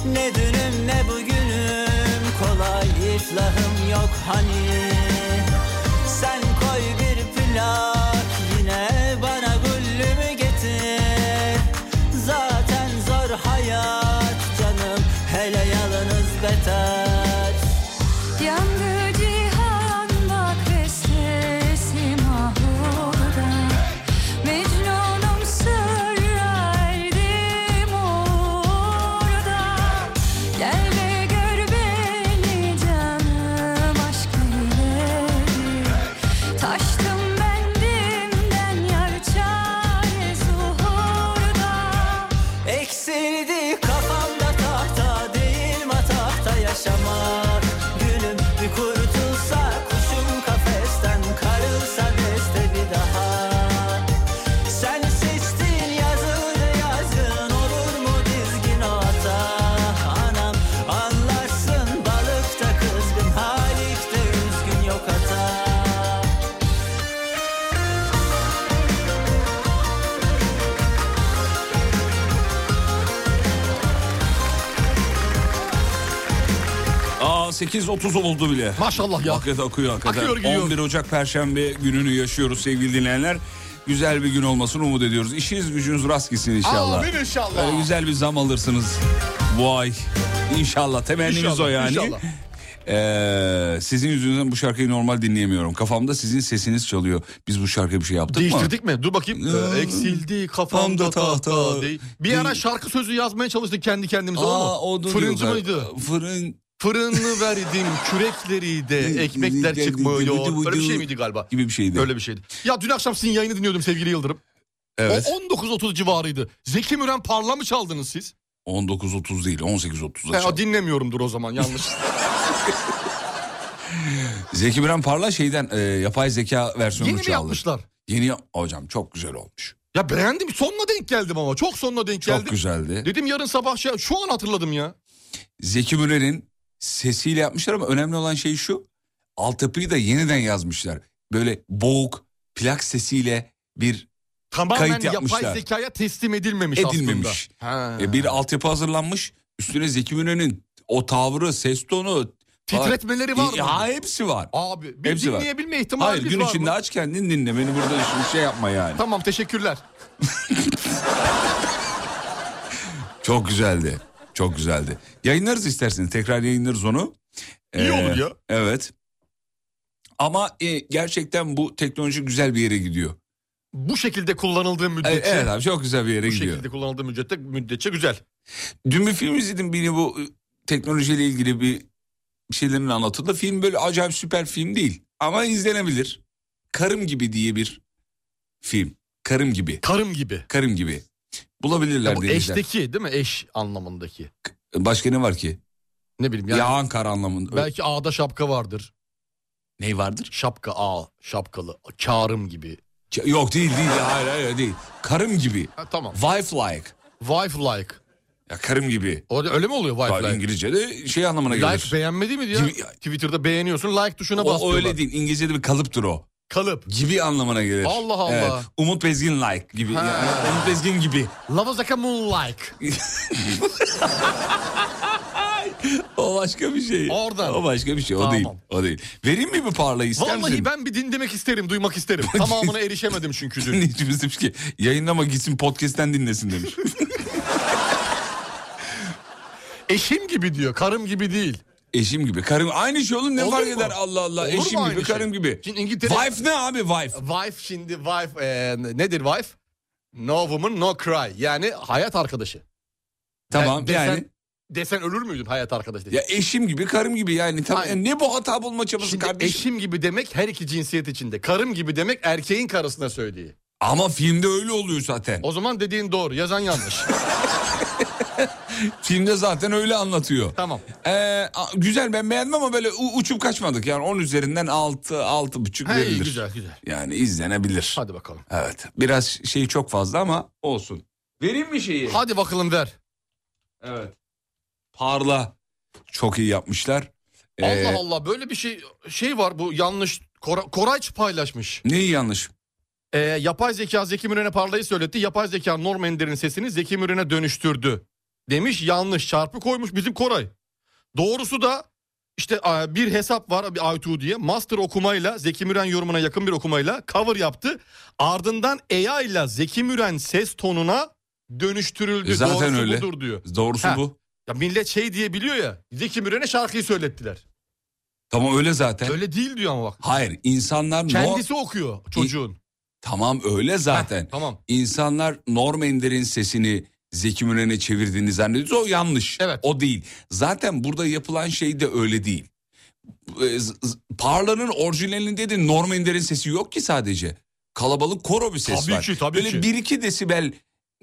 bugünle bugünüm kolay iflahım yok hani Sen koy bir plak yine bana güllümü getir Zaten zor hayat canım hele yalınız beter
Yandı cihan bak ve sesim ahurda Mecnunum sırra erdim orada Gel ve gör beni canım aşk ileri Taştım bendimden yar çare zuhurda
Eksildi kafamda tahta değil matahta yaşamak Gülüm bir kurtulsa kuşum kafesten karılsa beste bir daha Sen seçtin yazıldı yazgın olur mu dizgin o hata Anam anlarsın balıkta kızgın halikte üzgün yok hata
Aa 8.30'u buldu bile.
Maşallah ya.
Hakikaten akıyor hakikaten.
Akıyor gidiyor.
11 Ocak Perşembe gününü yaşıyoruz sevgili dinleyenler. Güzel bir gün olmasını umut ediyoruz. İşiniz gücünüz rast gitsin inşallah.
Amin inşallah.
Böyle güzel bir zam alırsınız. Vay. İnşallah temennimiz
İnşallah,
o yani.
inşallah.
Ee, sizin yüzünüzden bu şarkıyı normal dinleyemiyorum. Kafamda sizin sesiniz çalıyor. Biz bu şarkıya bir şey yaptık mı?
Değiştirdik mi? Dur bakayım. Ee, Eksildi kafamda tahta. değil. Bir ara şarkı sözü yazmaya çalıştık kendi kendimize.
Aa,
Aa,
o da
Fırıncı
diyorlar.
mıydı?
Fırın.
Fırını verdim kürekleri de ekmekler çıkmıyor. Öyle bir şey miydi galiba?
Gibi bir şeydi.
Öyle bir şeydi. Ya dün akşam sizin yayını dinliyordum sevgili Yıldırım.
Evet.
O 19.30 civarıydı. Zeki Müren parla mı çaldınız siz?
19.30 değil 18.30'da
He, o dinlemiyorumdur o zaman yanlış.
Zeki Müren Parla şeyden e, yapay zeka versiyonunu
Yeni mi
çaldı.
yapmışlar?
Yeni yap- hocam çok güzel olmuş.
ya beğendim sonuna denk geldim ama çok sonuna denk
Çok
geldim.
güzeldi.
Dedim yarın sabah şey, şu an hatırladım ya.
Zeki Müren'in sesiyle yapmışlar ama önemli olan şey şu. Altyapıyı da yeniden yazmışlar. Böyle boğuk plak sesiyle bir
Tamamen
kayıt yapmışlar.
yapay zekaya teslim edilmemiş,
Edilmemiş.
aslında.
E, bir altyapı hazırlanmış. Üstüne Zeki Müren'in o tavrı, ses tonu... falan-
Titretmeleri var mı?
E, Ha hepsi var.
Abi bir dinleyebilme ihtimalimiz
Hayır, gün
var
içinde
mı?
aç kendin dinle. Beni burada şimdi şey yapma yani.
Tamam teşekkürler.
Çok güzeldi. Çok güzeldi. Yayınlarız isterseniz. Tekrar yayınlarız onu. Ee,
İyi olur ya.
Evet. Ama e, gerçekten bu teknoloji güzel bir yere gidiyor.
Bu şekilde kullanıldığı müddetçe.
E, Evet, evet abi, çok güzel bir yere
Bu
gidiyor.
şekilde kullanıldığı müddetçe, müddetçe güzel.
Dün bir film izledim biri bu e, teknolojiyle ilgili bir bir şeylerin anlatıldı. Film böyle acayip süper film değil. Ama izlenebilir. Karım gibi diye bir film. Karım gibi.
Karım gibi.
Karım gibi. Bulabilirler
Ya bu
denizler.
eşteki değil mi? Eş anlamındaki.
Başka ne var ki?
Ne bileyim yani.
Yağan kar anlamında.
Belki ağda şapka vardır.
Ne vardır?
Şapka ağ, şapkalı, karım gibi.
Ç- Yok değil değil hayır hayır hayır, değil. Karım gibi.
tamam.
Wife like.
Wife like.
Ya karım gibi.
Öyle mi oluyor wife like?
İngilizce'de şey anlamına
like
gelir.
beğenmedi mi diye. Twitter'da beğeniyorsun like tuşuna
O- o
basıyorlar.
öyle değil. İngilizce'de bir kalıptır o.
Kalıp.
Gibi anlamına gelir.
Allah Allah.
Umut Bezgin like gibi.
Ha.
Yani Umut Bezgin gibi.
Love is like a moon like.
O başka bir şey.
Oradan.
O başka bir şey. O
Tamam.
değil. O değil. Vereyim mi bir parlayı ister
Vallahi
misin?
ben bir dinlemek isterim, duymak isterim. Tamamına erişemedim çünkü dün.
Dinleyicimiz demiş ki yayınlama gitsin podcast'ten dinlesin demiş.
Eşim gibi diyor, karım gibi değil.
Eşim gibi. Karım aynı şey oğlum ne
Olur
fark
mu?
eder Allah Allah.
Olur mu
Eşim
aynı
gibi,
şey?
karım gibi.
Şimdi İngiltere...
Wife ne abi wife?
Wife şimdi wife e, nedir wife? No woman no cry. Yani hayat arkadaşı.
Tamam,
desen,
yani.
Desen ölür müydün hayat arkadaşı?
Ya eşim gibi, karım gibi yani. Tam, yani ne bu hata bulma çabası
Şimdi
kardeşim?
eşim gibi demek her iki cinsiyet içinde. Karım gibi demek erkeğin karısına söylediği.
Ama filmde öyle oluyor zaten.
O zaman dediğin doğru, yazan yanlış.
Filmde zaten öyle anlatıyor.
Tamam.
Ee, a- güzel ben beğendim ama böyle u- uçup kaçmadık. Yani 10 üzerinden 6, 6,5
Hey,
verilir.
güzel, güzel.
Yani izlenebilir.
Hadi bakalım.
Evet biraz şey çok fazla ama olsun. Vereyim mi şeyi?
Hadi bakalım ver.
Evet. Parla çok iyi yapmışlar. Ee,
Allah Allah böyle bir şey şey var bu yanlış. Kora- Korayç paylaşmış.
Neyi yanlış?
Ee, yapay zeka Zeki Müren'e parlayı söyletti. Yapay zeka Norm Ender'in sesini Zeki Müren'e dönüştürdü Demiş yanlış çarpı koymuş bizim Koray. Doğrusu da işte e, bir hesap var bir I2 diye. Master okumayla Zeki Müren yorumuna yakın bir okumayla cover yaptı. Ardından AI ile Zeki Müren ses tonuna dönüştürüldü.
E zaten
Doğrusu
öyle.
budur diyor.
Doğrusu
Ha.
bu.
Ya millet şey diye biliyor ya. Zeki Müren'e şarkıyı söylettiler.
Tamam öyle zaten.
Öyle değil diyor ama bak.
Hayır insanlar... nor-
Kendisi okuyor çocuğun.
Tamam öyle zaten.
tamam.
İnsanlar Norm Ender'in sesini Zeki Müren'e çevirdiğini zannediyoruz. O yanlış. Evet. O değil. Zaten burada yapılan şey de öyle değil. Ee, z- z- Parla'nın orijinalinde de Norm Ender'in sesi yok ki sadece. Kalabalık koro bir ses
Tabii
var.
ki, tabii
Böyle
ki.
1-2 desibel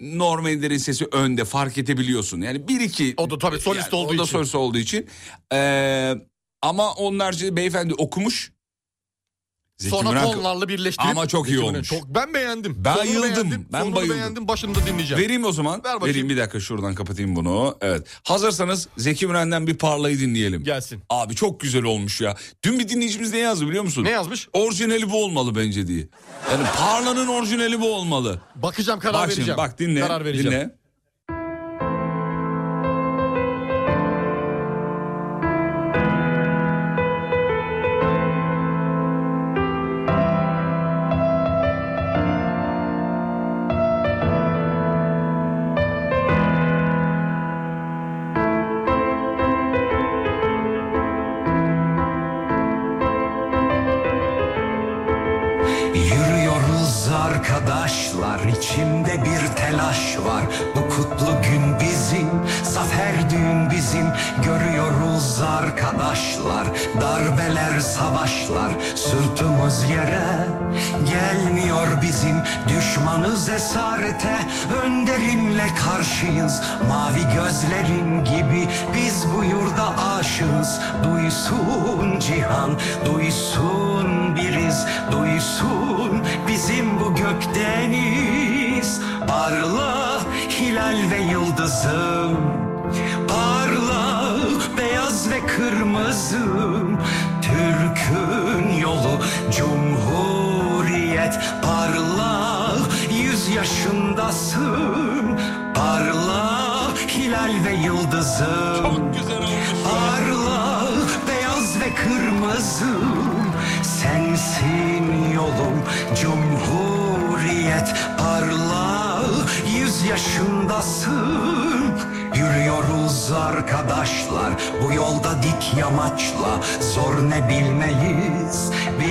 Norm Ender'in sesi önde fark edebiliyorsun. Yani 1-2... O da tabii
solist olduğu
O da
için.
solist olduğu için. Ee, ama onlarca beyefendi okumuş. Zeki
Sonra
Müren-
tonlarla birleştirip.
Ama çok iyi
Zeki Müren-
olmuş.
Çok, ben beğendim.
Ben
Sonunu
yıldım.
beğendim,
Ben
sonunu
bayıldım.
beğendim. Başını da dinleyeceğim.
Vereyim o zaman.
Ver bakayım.
Vereyim bir dakika şuradan kapatayım bunu. Evet. Hazırsanız Zeki Müren'den bir parlayı dinleyelim.
Gelsin.
Abi çok güzel olmuş ya. Dün bir dinleyicimiz ne yazdı biliyor musun? Ne
yazmış?
Orijinali bu olmalı bence diye. Yani parlanın orijinali bu olmalı.
Bakacağım karar
bak şimdi,
vereceğim.
bak dinle.
Karar vereceğim.
Dinle.
Yürüyoruz arkadaşlar içimde bir telaş var Bu kutlu gün bizim Zafer düğün bizim Görüyoruz arkadaşlar Darbeler savaşlar Sırtımız yere Gelmiyor bizim Düşmanız esarete Önderimle karşıyız Mavi gözlerin gibi Biz bu yurda aşığız Duysun cihan Duysun biriz Duysun bizim bu gökdeniz Parla hilal ve yıldızım Parla beyaz ve kırmızım Türk'ün yolu cumhuriyet Parla yüz yaşındasın Parla hilal ve yıldızım Çok
güzel
Parla beyaz ve kırmızı Sensin yolum cumhuriyet Parla yüz yaşındasın Yürüyoruz arkadaşlar bu yolda dik yamaçla Zor ne bilmeyiz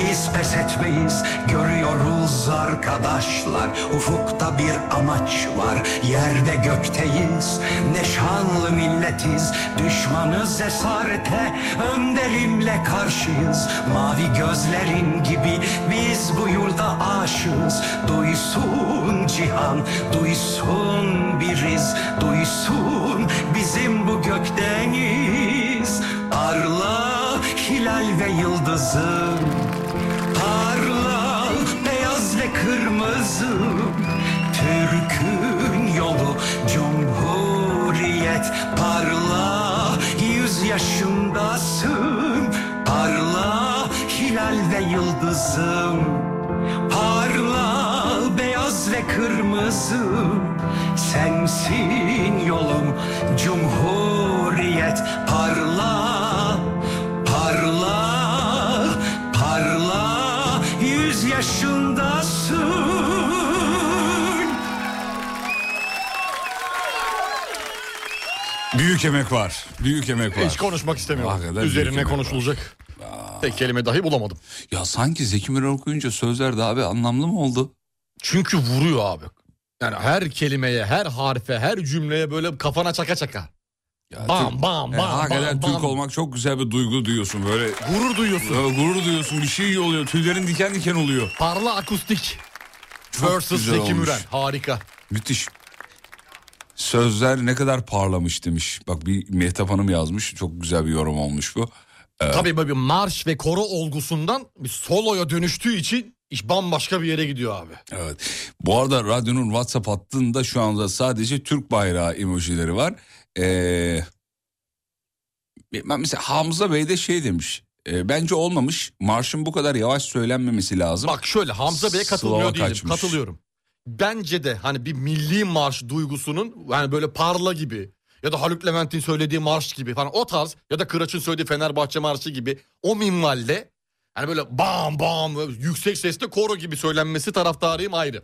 biz pes etmeyiz Görüyoruz arkadaşlar ufukta bir amaç var Yerde gökteyiz ne şanlı milletiz Düşmanız esarete önderimle karşıyız Mavi gözlerin gibi biz bu yurda aşığız Duysun cihan duysun biriz Duysun bizim bu gökdeniz Parla hilal ve yıldızım Parla beyaz ve kırmızı Türk'ün yolu cumhuriyet Parla yüz yaşındasın Parla hilal ve yıldızım Parla beyaz ve kırmızı Sensin yolum cumhuriyet Parla Parla, parla, yüz yaşındasın.
Büyük emek var. Büyük emek var.
Hiç konuşmak istemiyorum.
Hakikaten
Üzerine
büyük emek
konuşulacak. Tek kelime dahi bulamadım.
Ya sanki Zeki Müren okuyunca sözler de abi anlamlı mı oldu?
Çünkü vuruyor abi. Yani her kelimeye, her harfe, her cümleye böyle kafana çaka çaka. bam,
Türk-
bam,
E,
bam,
hakikaten
bam, bam.
Türk olmak çok güzel bir duygu duyuyorsun böyle.
Gurur duyuyorsun.
Evet, gurur duyuyorsun. Bir şey iyi oluyor. Tüylerin diken diken oluyor.
Parla akustik.
Çok
versus
güzel
Zeki
olmuş.
Müren. Harika.
Müthiş. Sözler ne kadar parlamış demiş. Bak bir Mehtap Hanım yazmış. Çok güzel bir yorum olmuş bu. Ee,
Tabii böyle bir marş ve koro olgusundan bir soloya dönüştüğü için iş bambaşka bir yere gidiyor abi.
Evet. Bu arada radyonun WhatsApp hattında şu anda sadece Türk bayrağı emojileri var. Ee, ben mesela Hamza Bey de şey demiş. e, bence olmamış. Marşın bu kadar yavaş söylenmemesi lazım.
Bak şöyle Hamza Bey'e katılmıyor
Slovak
değilim.
açmış.
Katılıyorum. Bence de hani bir milli marş duygusunun yani böyle parla gibi ya da Haluk Levent'in söylediği marş gibi falan o tarz ya da Kıraç'ın söylediği Fenerbahçe marşı gibi o minvalde hani böyle bam bam böyle yüksek sesle koro gibi söylenmesi taraftarıyım ayrı.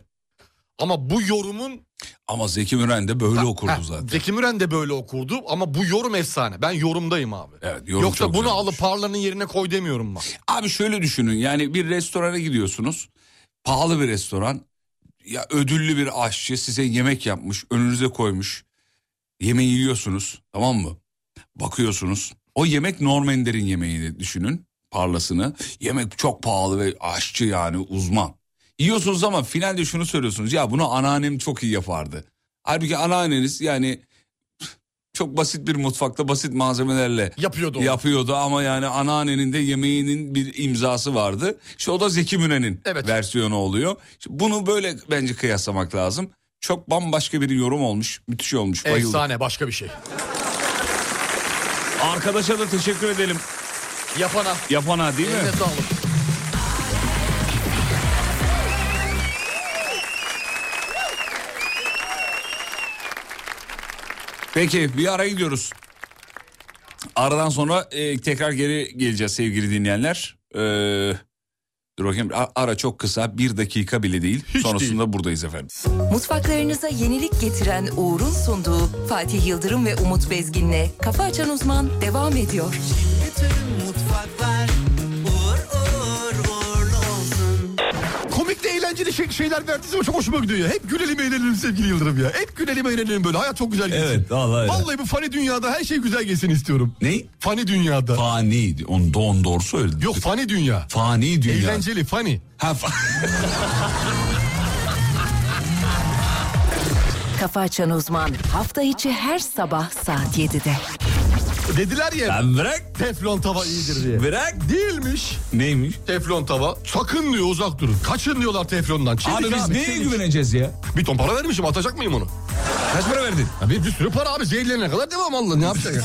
Ama bu yorumun
Ama Zeki Müren de böyle okurdu
Heh,
zaten.
Zeki Müren de böyle okurdu ama bu yorum efsane. Ben yorumdayım abi.
Evet, yorum
Yoksa
çok
bunu
güzel.
alıp parlanın yerine koy demiyorum ben.
Abi şöyle düşünün yani bir restorana gidiyorsunuz. Pahalı bir restoran. Ya ödüllü bir aşçı size yemek yapmış, önünüze koymuş. Yemeği yiyorsunuz, tamam mı? Bakıyorsunuz. O yemek Normender'in yemeğini düşünün, parlasını. Yemek çok pahalı ve aşçı yani uzman. Yiyorsunuz ama finalde şunu söylüyorsunuz. Ya bunu anneannem çok iyi yapardı. Halbuki anneanneniz yani çok basit bir mutfakta basit malzemelerle
yapıyordu.
Yapıyordu ama yani anneannenin de yemeğinin bir imzası vardı. İşte o da Zeki Müren'in versiyonu oluyor. İşte bunu böyle bence kıyaslamak lazım. Çok bambaşka bir yorum olmuş. Müthiş olmuş. Bayıldım.
Efsane başka bir şey.
Arkadaşa da teşekkür edelim.
Yapana.
Yapana değil mi?
Eline sağlık.
Peki bir ara gidiyoruz. Aradan sonra e, tekrar geri geleceğiz sevgili dinleyenler. Ee, dur bakayım A- ara çok kısa bir dakika bile değil. Sonrasında buradayız efendim.
Mutfaklarınıza yenilik getiren Uğur'un sunduğu Fatih Yıldırım ve Umut Bezgin'le Kafa Açan Uzman devam ediyor.
Mutfaklar uğur uğur uğurlu olsun.
Komik de eğlenceli şey- şeyler verdiniz ama çok hoşuma gidiyor ya. Hep gülelim eğlenelim sevgili Yıldırım ya. Hep gülelim eğlenelim böyle. Hayat çok güzel geçsin.
Evet, vallahi öyle.
Vallahi bu fani dünyada her şey güzel geçsin istiyorum.
Ne?
Fani dünyada.
Fani. Onu don doğru söyledin.
Yok fani dünya.
Fani dünya.
Eğlenceli fani.
Ha,
Kafa Açan Uzman hafta içi her sabah saat 7'de.
Dediler ya.
Lan bırak.
Teflon tava iyidir diye.
Bırak.
Değilmiş.
Neymiş?
Teflon tava. Sakın diyor uzak durun. Kaçın diyorlar teflondan. Çevik
Abi biz neye
çevik.
güveneceğiz ya?
Bir ton para vermişim atacak mıyım onu?
Kaç para verdin?
bir, bir sürü para abi zehirlenene kadar devam Allah ne yapacak ya?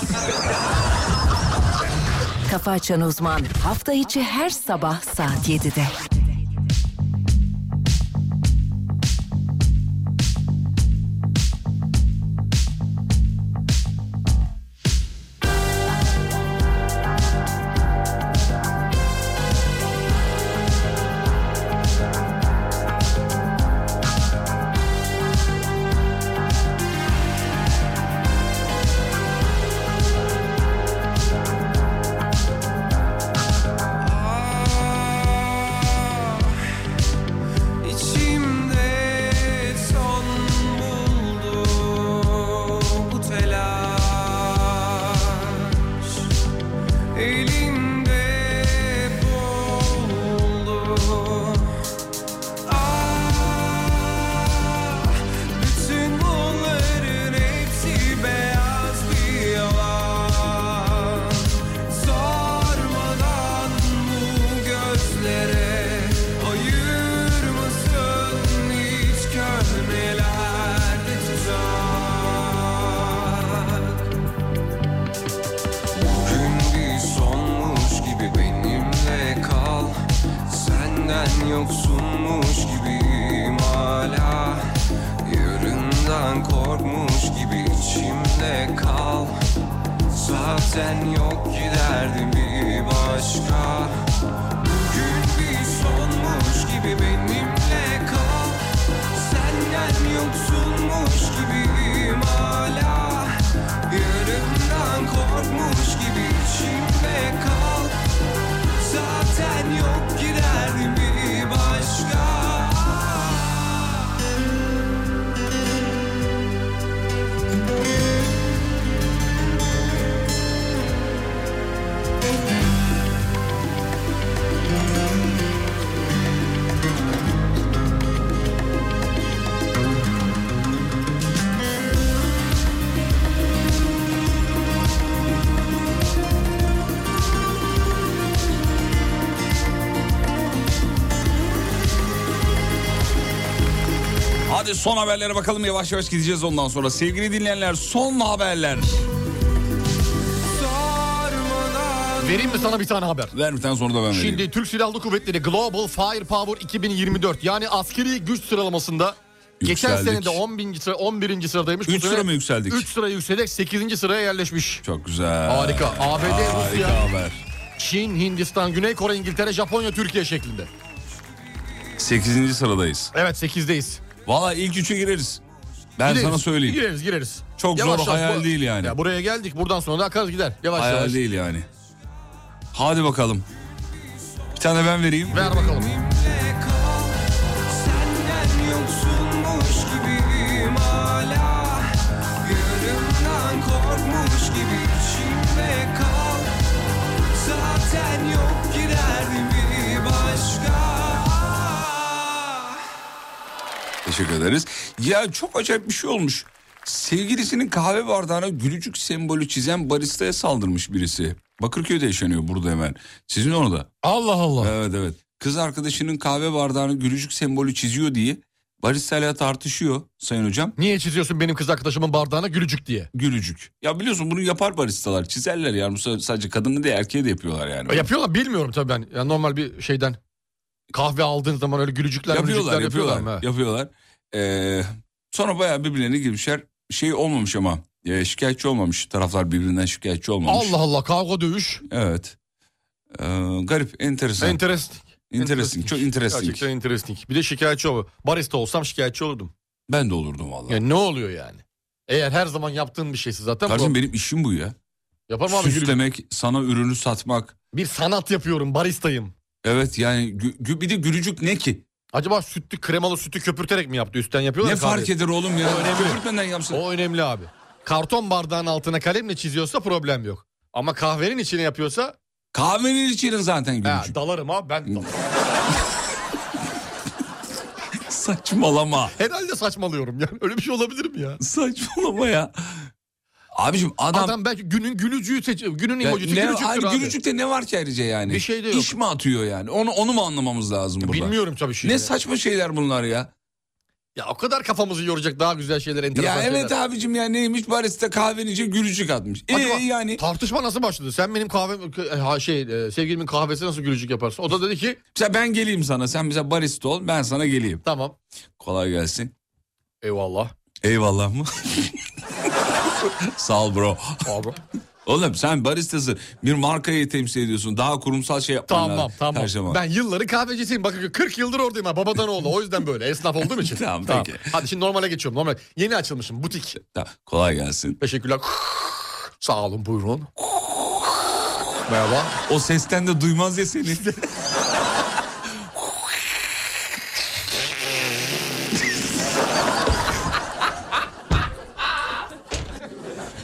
Kafa Açan Uzman hafta içi her sabah saat 7'de.
İçimde son buldu bu telaş Elimde boğuldu Ah bütün bunların hepsi beyaz bir yalan Sormadan bu gözlere ayırmasın hiç köhnelerde tuzak Bugün bir sonmuş gibi benimle kal Senden yoksunmuş gibiyim hala Yarından korkmuş gibi içimde kal Zaten yok giderdim bir başka Bugün bir sonmuş gibi benimle kal Senden yoksunmuş gibiyim hala Yarından korkmuş gibi içimde kal Zaten yok giderdim bir başka
Hadi son haberlere bakalım yavaş yavaş gideceğiz ondan sonra. Sevgili dinleyenler son haberler.
Vereyim mi sana bir tane haber?
Ver bir tane sonra da ben vereyim.
Şimdi Türk Silahlı Kuvvetleri Global Firepower 2024 yani askeri güç sıralamasında Geçen
Yükseldik.
sene de 11. Sıra, 11. sıradaymış.
3 sıra mı yükseldik?
3 sıra yükselerek 8. sıraya yerleşmiş.
Çok güzel.
Harika. ABD,
Harika
Rusya.
haber.
Çin, Hindistan, Güney Kore, İngiltere, Japonya, Türkiye şeklinde.
8. sıradayız.
Evet 8'deyiz.
Valla ilk üçe gireriz. Ben
Gireriz,
sana söyleyeyim.
Gireriz gireriz.
Çok zor, hayal değil yani.
Ya buraya geldik buradan sonra da akar gider. Yavaş
Hayal
yavaş.
değil yani. Hadi bakalım. Bir tane ben vereyim.
Ver bakalım.
Senden yoksunmuş gibiyim hala Yarından korkmuş gibi içimde kal Zaten yok girerdim bir başka
Teşekkür ederiz. Ya çok acayip bir şey olmuş. Sevgilisinin kahve bardağına gülücük sembolü çizen baristaya saldırmış birisi. Bakırköy'de yaşanıyor burada hemen. Sizin orada.
Allah Allah.
Evet evet. Kız arkadaşının kahve bardağına gülücük sembolü çiziyor diye baristayla tartışıyor sayın hocam.
Niye çiziyorsun benim kız arkadaşımın bardağına gülücük diye?
Gülücük. Ya biliyorsun bunu yapar baristalar. Çizerler yani. Bu sadece kadını değil erkeğe de yapıyorlar yani.
E, Yapıyorlar bilmiyorum tabii ben. Ya normal bir şeyden kahve aldığın zaman öyle gülücükler
yapıyorlar,
mülücükler
yapıyorlar,
mı?
yapıyorlar. Ee, sonra bayağı birbirlerine girmişler. Şey olmamış ama e, şikayetçi olmamış. Taraflar birbirinden şikayetçi olmamış.
Allah Allah kavga dövüş.
Evet. Ee, garip, enteresan.
Interesting.
Interesting, çok interesting.
Gerçekten interesting. Bir de şikayetçi ol. Barista olsam şikayetçi olurdum.
Ben de olurdum vallahi.
Ya ne oluyor yani? Eğer her zaman yaptığın bir şeyse zaten.
Kardeşim
bu-
benim işim bu ya.
Yaparım abi, gülücük.
Süslemek, sana ürünü satmak.
Bir sanat yapıyorum baristayım.
Evet yani gü- gü- bir de gülücük ne ki?
Acaba sütlü kremalı sütü köpürterek mi yaptı üstten yapıyorlar?
Ne
ya
fark
kahveyi?
eder oğlum ya?
O önemli.
Köpürtmeden yapsın.
O önemli abi. Karton bardağın altına kalemle çiziyorsa problem yok. Ama kahvenin içine yapıyorsa...
Kahvenin içine zaten gülücük.
dalarım abi ben dalarım.
Saçmalama.
Herhalde saçmalıyorum yani. Öyle bir şey olabilir mi ya?
Saçmalama ya. Abicim adam...
Adam belki günün gülücüğü seçiyor. Günün
Ya
emojisi
ne-
gülücüktür
hayır,
abi.
gülücükte ne var ki ayrıca yani?
Bir şey de yok.
İş mi atıyor yani? Onu onu mu anlamamız lazım burada?
bilmiyorum tabii şimdi.
Ne saçma şeyler bunlar ya.
Ya o kadar kafamızı yoracak daha güzel şeyler enteresan
ya evet
şeyler.
abicim ya neymiş barista kahvenin içine gülücük atmış. E,
Acaba
yani
tartışma nasıl başladı? Sen benim kahve ha, şey e, sevgilimin kahvesi nasıl gülücük yaparsın? O da dedi ki
mesela ben geleyim sana sen bize barista ol ben sana geleyim.
Tamam.
Kolay gelsin.
Eyvallah.
Eyvallah mı? Sağ ol bro. Oğlum sen baristası bir markayı temsil ediyorsun. Daha kurumsal şey yapman
Tamam
lazım.
tamam.
Her zaman.
Ben yılları kahvecisiyim. Bakın 40 yıldır oradayım ha. Babadan oğlu. O yüzden böyle esnaf olduğum için.
Tamam, peki.
Hadi şimdi normale geçiyorum. Normal. Yeni açılmışım butik.
Kolay gelsin.
Teşekkürler. Sağ olun buyurun. Merhaba.
O sesten de duymaz ya seni.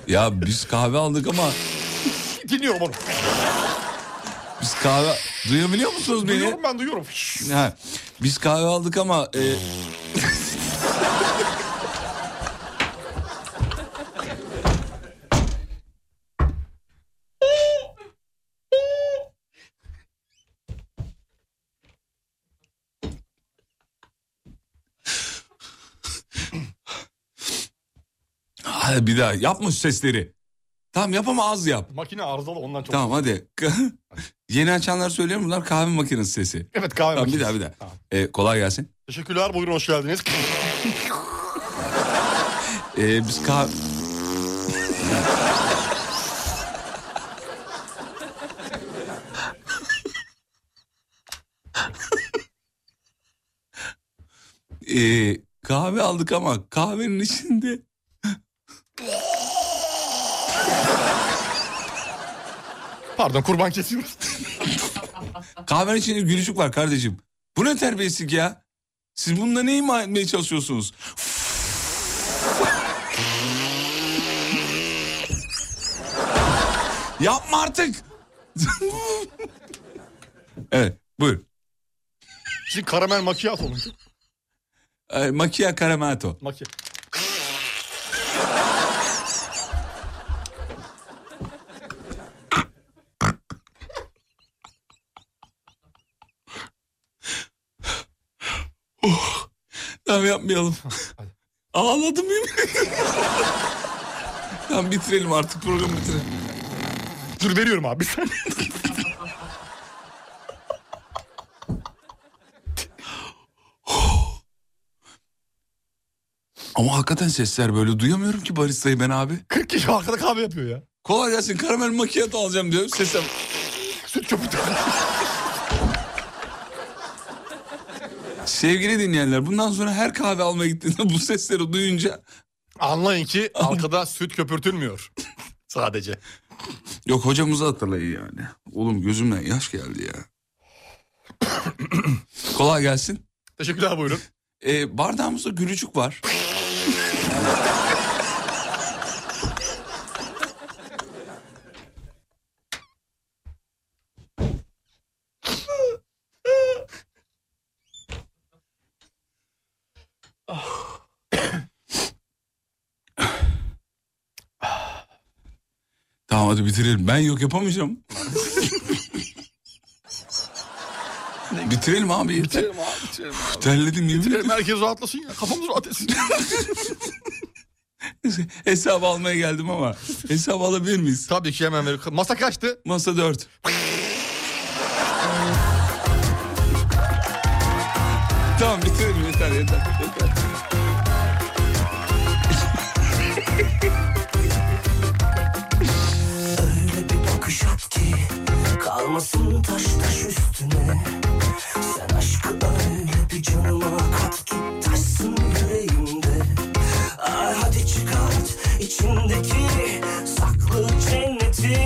ya biz kahve aldık ama
Dinliyorum onu.
biz kahve... Duyabiliyor musunuz beni?
Duyuyorum ben duyuyorum.
Ha, biz kahve aldık ama... e, Hadi bir daha yapmış sesleri. Tamam yap ama az yap.
Makine arızalı ondan çok.
Tamam hadi. Yeni açanlar söylüyorum bunlar kahve makinesi sesi.
Evet kahve
Tamam, bir
makinesi.
daha bir daha. Ee, kolay gelsin.
Teşekkürler buyurun hoş geldiniz.
Ee, biz kahve... Ee, kahve aldık ama kahvenin içinde
Pardon kurban kesiyoruz.
kahvenin içinde gülücük var kardeşim. Bu ne terbiyesizlik ya? Siz bununla ne ima etmeye çalışıyorsunuz? Yapma artık. evet buyur.
Şimdi karamel macchiato mu?
Ee, Makia Karamato.
Maki.
Oh, tamam yapmayalım. Ağladım yemin ederim. tamam bitirelim artık programı bitirelim.
Dur veriyorum abi.
Oh. Ama hakikaten sesler böyle duyamıyorum ki baristayı ben abi.
40 kişi arkada kahve yapıyor ya.
Kolay gelsin karamel macchiato alacağım diyorum sesler.
Süt köpüğü.
Sevgili dinleyenler bundan sonra her kahve almaya gittiğinde bu sesleri duyunca...
Anlayın ki arkada süt köpürtülmüyor. Sadece.
Yok hocamızı hatırlayın yani. Oğlum gözümden yaş geldi ya. Kolay gelsin.
Teşekkürler buyurun.
Ee, bardağımızda gülücük var.
Oh.
Tamam hadi bitirelim. Ben yok yapamayacağım. bitirelim abi. yeter.
Bitirelim abi, bitirelim abi.
Üf, Terledim yemin
Bitirelim,
ederim.
herkes rahatlasın ya. Kafamız rahat etsin.
Hesabı almaya geldim ama hesabı alabilir miyiz?
Tabii ki hemen verir. Masa kaçtı?
Masa 4. tamam bitirelim yeter yeter. yeter.
bakış at ki kalmasın taş taş üstüne Sen aşkı öyle bir canıma kat ki taşsın yüreğimde Ay hadi çıkart içindeki saklı cenneti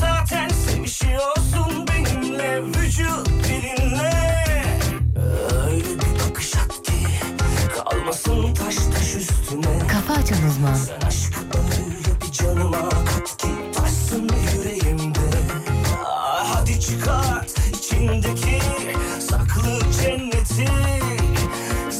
Zaten sevişiyorsun benimle vücut dilinle Öyle bir bakış at ki kalmasın taş taş üstüne
Kafa açan uzman.
sen aşkı öyle bir canıma kat ki taşsın yüreğimde Ah, Hadi çıkart içindeki saklı cenneti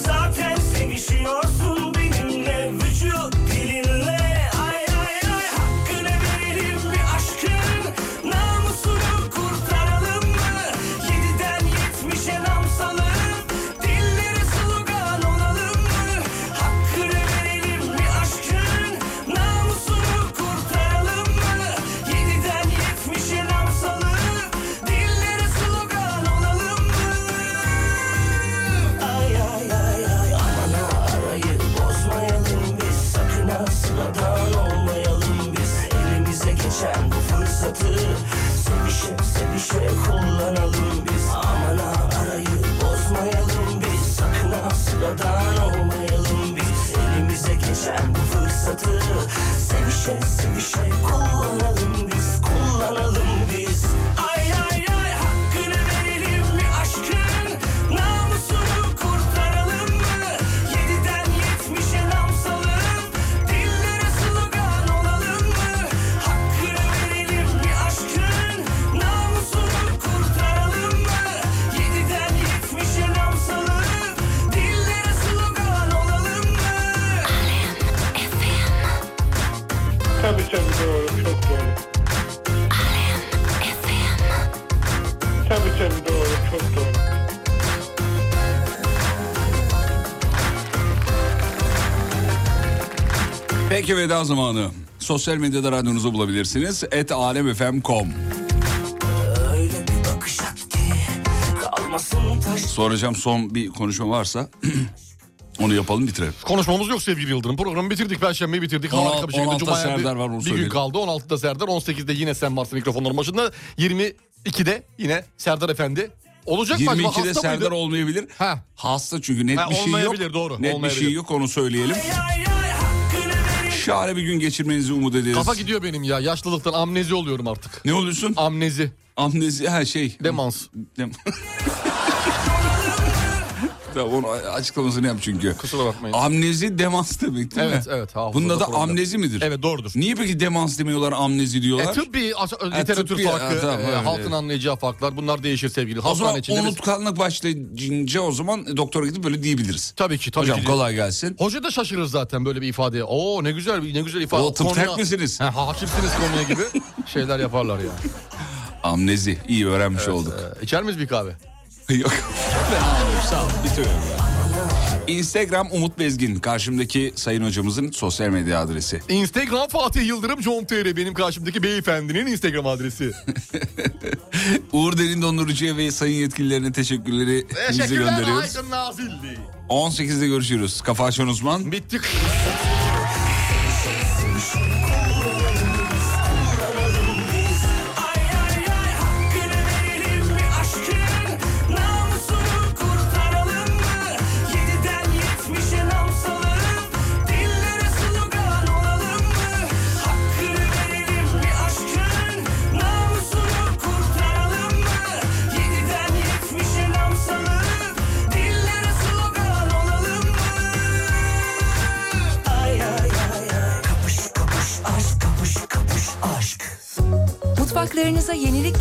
Zaten sevişiyorsun benimle vücut dilinle Ay ay ay hakkını verelim bir aşkın Namusunu kurtaralım mı? Yediden yetmişe nam salalım Dillere slogan olalım mı? Hakkını verelim bir aşkın Namusunu kurtaralım mı? Yediden yetmişe nam salalım Dillere slogan olalım mı? Ay ay ay ay aman ha arayı bozmayalım biz Sakın ha sıradan olmayalım biz Elimize geçen bu fırsatı Sevişe sevişe kullanalım biz Aman ha arayı bozmayalım biz Sakın ha sıradan olmayalım biz Elimize geçen bu fırsatı Sevişe sevişe kullanalım biz Kullanalım biz Ay ay ay hakkını verelim bir aşkın Namusunu kurtaralım mı? Yediden yetmişe nam salalım Dillere slogan olalım mı? Hakkını verelim bir aşkın Namusunu kurtaralım mı? Yediden yetmişe nam salalım Dillere slogan olalım mı?
Tabii tabii doğru, çok doğru. Tabii tabii doğru, çok doğru.
Peki veda zamanı. Sosyal medyada radyonuzu bulabilirsiniz. Et alemfm.com
Kalmasın taş
Soracağım son bir konuşma varsa onu yapalım bitirelim.
Konuşmamız yok sevgili Yıldırım. Programı bitirdik. Perşembeyi bitirdik.
On-
Harika bir şekilde.
16'da
Cuma'ya
Serdar var,
bir,
onu
bir gün
söyleyelim.
kaldı. 16'da Serdar. 18'de yine sen varsın mikrofonların başında. 22'de yine Serdar Efendi. Olacak mı acaba?
22'de
Hasta mıydı?
Serdar olmayabilir. Hasta çünkü net
Ha,
bir şey yok.
olmayabilir, doğru,
Net bir şey
olmayabilir.
yok onu söyleyelim. Şahane bir gün geçirmenizi umut ederiz.
Kafa gidiyor benim ya. Yaşlılıktan amnezi oluyorum artık.
Ne oluyorsun?
Amnezi.
Amnezi her şey.
Demans.
Dem- Tamam, onu açıklamasını yap çünkü.
Kusura bakmayın.
Amnezi demans demek değil
Evet,
mi?
evet, hafızada
Bunda da
problem.
amnezi midir?
Evet doğrudur.
Niye peki demans demiyorlar amnezi diyorlar?
E, tıbbi as-
Ha,
literatür
tıbbi,
farkı,
ha, tamam,
e,
öyle.
halkın anlayacağı farklar bunlar değişir sevgili.
O zaman
Hastane içinde biz-
unutkanlık başlayınca o zaman doktora gidip böyle diyebiliriz.
Tabii ki tabii
Hocam
ki.
kolay gelsin.
Hoca da şaşırır zaten böyle bir ifadeye. Oo ne güzel ne güzel ifade.
O tıp
Konuya-
tek misiniz?
Ha, hakimsiniz konuya gibi şeyler yaparlar ya.
Amnezi iyi öğrenmiş olduk.
İçer miyiz bir kahve?
Yok. Sağ ol. Bitiriyorum ben. Instagram Umut Bezgin karşımdaki sayın hocamızın sosyal medya adresi.
Instagram Fatih Yıldırım com.tr benim karşımdaki beyefendinin Instagram adresi.
Uğur Derin Dondurucu'ya ve sayın yetkililerine teşekkürleri bize
Teşekkürler
gönderiyoruz.
Aydın Nazilli.
18'de görüşürüz. Kafa açan uzman.
Bittik.
Aşkın namusunu kurtaralım mı? Yediden yetmişe nam salalım. Dillere slogan olalım mı? Hakkını verelim mi aşkın? Namusunu kurtaralım mı? Yediden yetmişe nam salalım. Dillere slogan olalım mı? Ay ay ay ay. Kapış kapış aşk kapış kapış aşk.
Mutfaklarınıza yenilik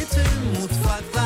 Bütün mutfaklar